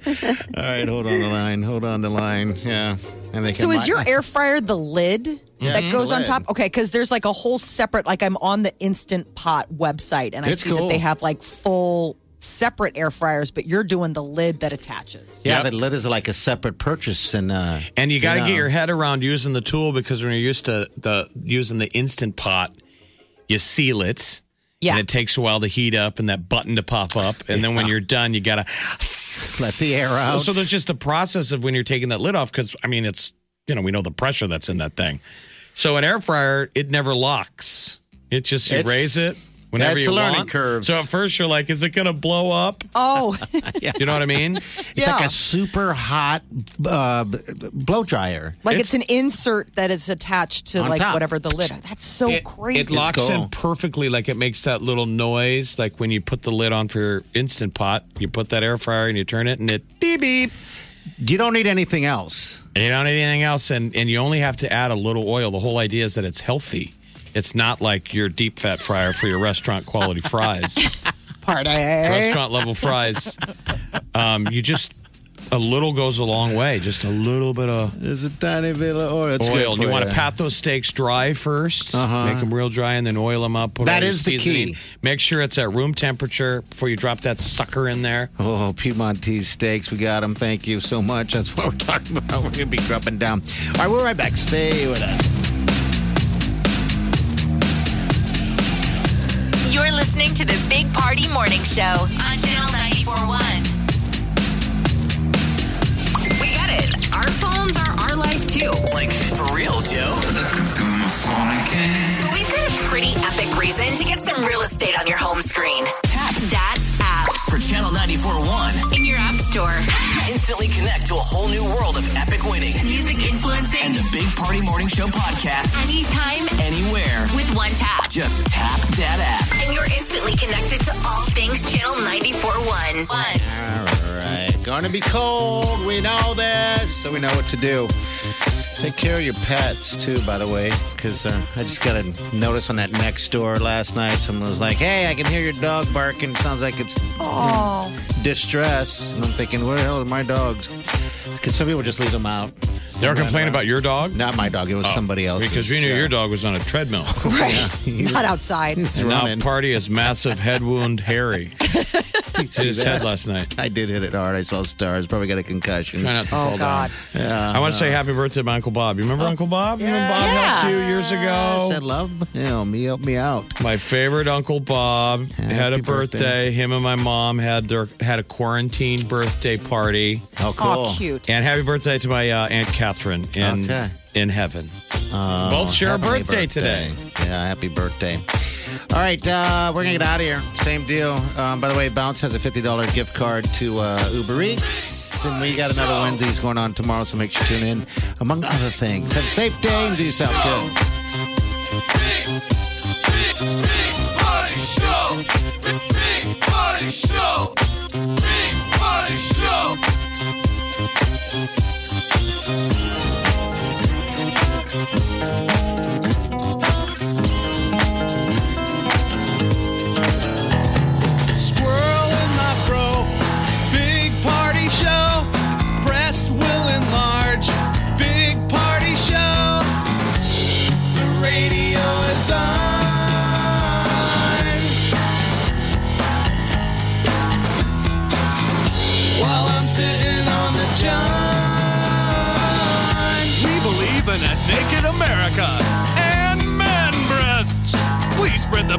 Speaker 5: All right. Hold on the line. Hold on the line. Yeah. And they
Speaker 4: So
Speaker 5: can
Speaker 4: is your air fryer the lid
Speaker 5: Yeah,
Speaker 4: that
Speaker 5: it's
Speaker 4: goes
Speaker 5: the
Speaker 4: on
Speaker 5: lid.
Speaker 4: top? Okay, because there's like a whole separate. Like I'm on the Instant Pot website, and I
Speaker 5: It's
Speaker 4: see
Speaker 5: cool.
Speaker 4: that they have like full separate air fryers, but you're doing the lid that attaches.
Speaker 5: yeah,
Speaker 6: Yep. Eh,
Speaker 5: the lid is like a separate purchase, and uh,
Speaker 6: And you got to
Speaker 5: know.
Speaker 6: get your head around using the tool because when you're used to the using the instant pot, you seal it.
Speaker 4: Yeah.
Speaker 6: And it takes a while to heat up and that button to pop up. And then when you're done, you got to.
Speaker 5: let the air
Speaker 6: So,
Speaker 5: out.
Speaker 6: so there's just a process of when you're taking that lid off because, I mean, it's, you know, we know the pressure that's in that thing. So an air fryer, it never locks. It just, you
Speaker 5: It's-
Speaker 6: raise it whenever
Speaker 5: that's
Speaker 6: you
Speaker 5: a learning
Speaker 6: want.
Speaker 5: curve.
Speaker 6: So at first you're like, is it going to blow
Speaker 5: (laughs)
Speaker 6: up?
Speaker 4: Oh,
Speaker 6: (laughs)
Speaker 4: (laughs)
Speaker 6: You know what I mean?
Speaker 5: it's like
Speaker 4: yeah.
Speaker 5: a super hot uh, b- b- blow dryer.
Speaker 4: Like it's, an insert that is attached to
Speaker 5: On
Speaker 4: like
Speaker 5: top.
Speaker 4: whatever the lid. That's so
Speaker 6: it,
Speaker 4: crazy.
Speaker 6: It locks
Speaker 5: cool.
Speaker 6: in perfectly. Like it makes that little noise, like when you put the lid on for your instant pot. You put that air fryer and you turn it, and it beep beep.
Speaker 5: You don't need anything else.
Speaker 6: And you don't need anything else, and and you only have to add a little oil. The whole idea is that it's healthy. It's not like your deep fat fryer for your restaurant quality fries,
Speaker 5: (laughs)
Speaker 4: Party.
Speaker 6: restaurant level fries. Um, you just a little goes a long way. Just a little bit of
Speaker 5: There's a tiny bit of oil. It's good
Speaker 6: oil. You
Speaker 5: for
Speaker 6: want to pat those steaks dry 1st
Speaker 5: Uh-huh.
Speaker 6: make them real dry, and then oil them up. Put all
Speaker 5: That
Speaker 6: your
Speaker 5: is the
Speaker 6: seasoning.
Speaker 5: key.
Speaker 6: Make sure it's at room temperature before you drop that sucker in there.
Speaker 5: Oh, Piedmontese steaks. We got them. Thank you so much. That's what we're talking about. (laughs) We're going to be dropping down. All right, we're right back. Stay with us.
Speaker 3: You're listening to the Big Party Morning Show on Channel 941. We get it. Our phones are our life too. Like for real, Joe. But we've got a pretty epic reason to get some real estate on your home screen. Tap that app
Speaker 12: For Channel 94.1,
Speaker 3: in your app
Speaker 12: (gasps)
Speaker 3: store.
Speaker 12: instantly connect to a whole new world of epic winning.
Speaker 3: Music influencing
Speaker 12: And the Big Party Morning Show podcast
Speaker 3: anytime
Speaker 12: anywhere.
Speaker 3: with one tap.
Speaker 12: Just tap that app.
Speaker 3: And you're instantly connected to all things Channel 941.
Speaker 5: All right. Going to be cold. We know this. So we know what to do. Take care of your pets, too, by the way, because uh, I just got a notice on that next door last night. Someone was like, hey, I can hear your dog barking. sounds like it's
Speaker 4: Oh.
Speaker 5: distress. And I'm thinking, where the hell are my dogs? Because some people just leave them out.
Speaker 6: They were complaining about your dog?
Speaker 5: Not my dog. It was
Speaker 6: Oh,
Speaker 5: somebody else's.
Speaker 6: Because we knew
Speaker 5: Yeah.
Speaker 6: your dog was on a treadmill.
Speaker 4: Right. Not
Speaker 6: (laughs)
Speaker 4: outside.
Speaker 6: And now party is massive head wound
Speaker 5: (laughs)
Speaker 6: Harry. Hit
Speaker 5: See
Speaker 6: his head
Speaker 5: that?
Speaker 6: last night.
Speaker 5: I did hit it hard. I saw stars. Probably got a concussion.
Speaker 6: Try
Speaker 4: Oh,
Speaker 6: not to fall down.
Speaker 5: Yeah.
Speaker 6: I want to say happy birthday to my Uncle Bob. You remember Uncle Bob? You remember Bob
Speaker 5: uh, Oh, Yeah.
Speaker 6: helped you years
Speaker 5: I
Speaker 6: ago?
Speaker 5: said, love him. He helped me out.
Speaker 6: My favorite Uncle Bob had a birthday. Him and my mom had their had a quarantine birthday party. How
Speaker 5: Aw, Oh, cool. cute.
Speaker 6: And happy birthday to my uh, Aunt Catherine in
Speaker 5: Okay.
Speaker 6: in heaven.
Speaker 5: Oh,
Speaker 6: Both share a
Speaker 5: heavenly
Speaker 6: birthday, today.
Speaker 5: Yeah, happy birthday. All right, uh, we're going to get out of here. Same deal. Um, by the way, Bounce has a $50 gift card to uh, Uber Eats. And we got another Wednesdays going on tomorrow, so make sure you tune in, among other things. Have a safe day and do yourself good.
Speaker 2: Party show. Big, big party show. Big party show.
Speaker 13: Squirrel in my fro. Big party show. Breast will enlarge. Big party show. The radio is on. While I'm sitting on the john. We believe in a naked America and man breasts. Please spread the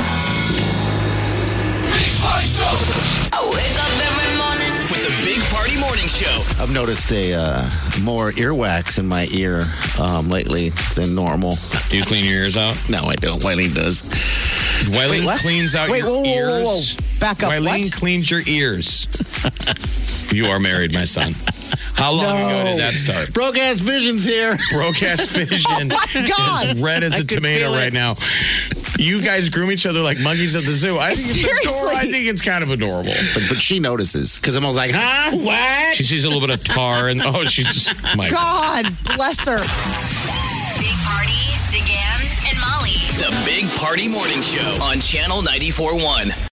Speaker 13: Big party show.
Speaker 3: I wake up every morning.
Speaker 12: With the Big Party Morning Show.
Speaker 5: I've noticed a uh, more earwax in my ear um, lately than normal. (laughs)
Speaker 6: Do you clean your ears out?
Speaker 5: No, I don't. Wileen does.
Speaker 6: Wileen
Speaker 5: Wait, what?
Speaker 6: cleans out
Speaker 5: Wait,
Speaker 6: your
Speaker 5: whoa, whoa,
Speaker 6: ears.
Speaker 5: whoa, whoa.
Speaker 4: Back up.
Speaker 6: Wileen
Speaker 4: What?
Speaker 6: cleans your (laughs) ears. you are married, my son. How long ago did that start?
Speaker 5: Broke ass visions here.
Speaker 6: (laughs) Broke ass (laughs) vision.
Speaker 5: Oh, my God.
Speaker 6: Is red as
Speaker 5: I
Speaker 6: a
Speaker 5: could
Speaker 6: tomato
Speaker 5: feel it.
Speaker 6: right now. You guys groom each other like monkeys at the zoo. I think it's adorable. I
Speaker 5: Seriously.
Speaker 6: think it's kind of adorable.
Speaker 5: But, but she notices because I'm always like, huh? What?
Speaker 6: She sees a little bit of tar and oh, she's just my
Speaker 4: God bless her.
Speaker 3: Big Party, DeGan, and Molly.
Speaker 12: The Big Party Morning Show on Channel 94.1.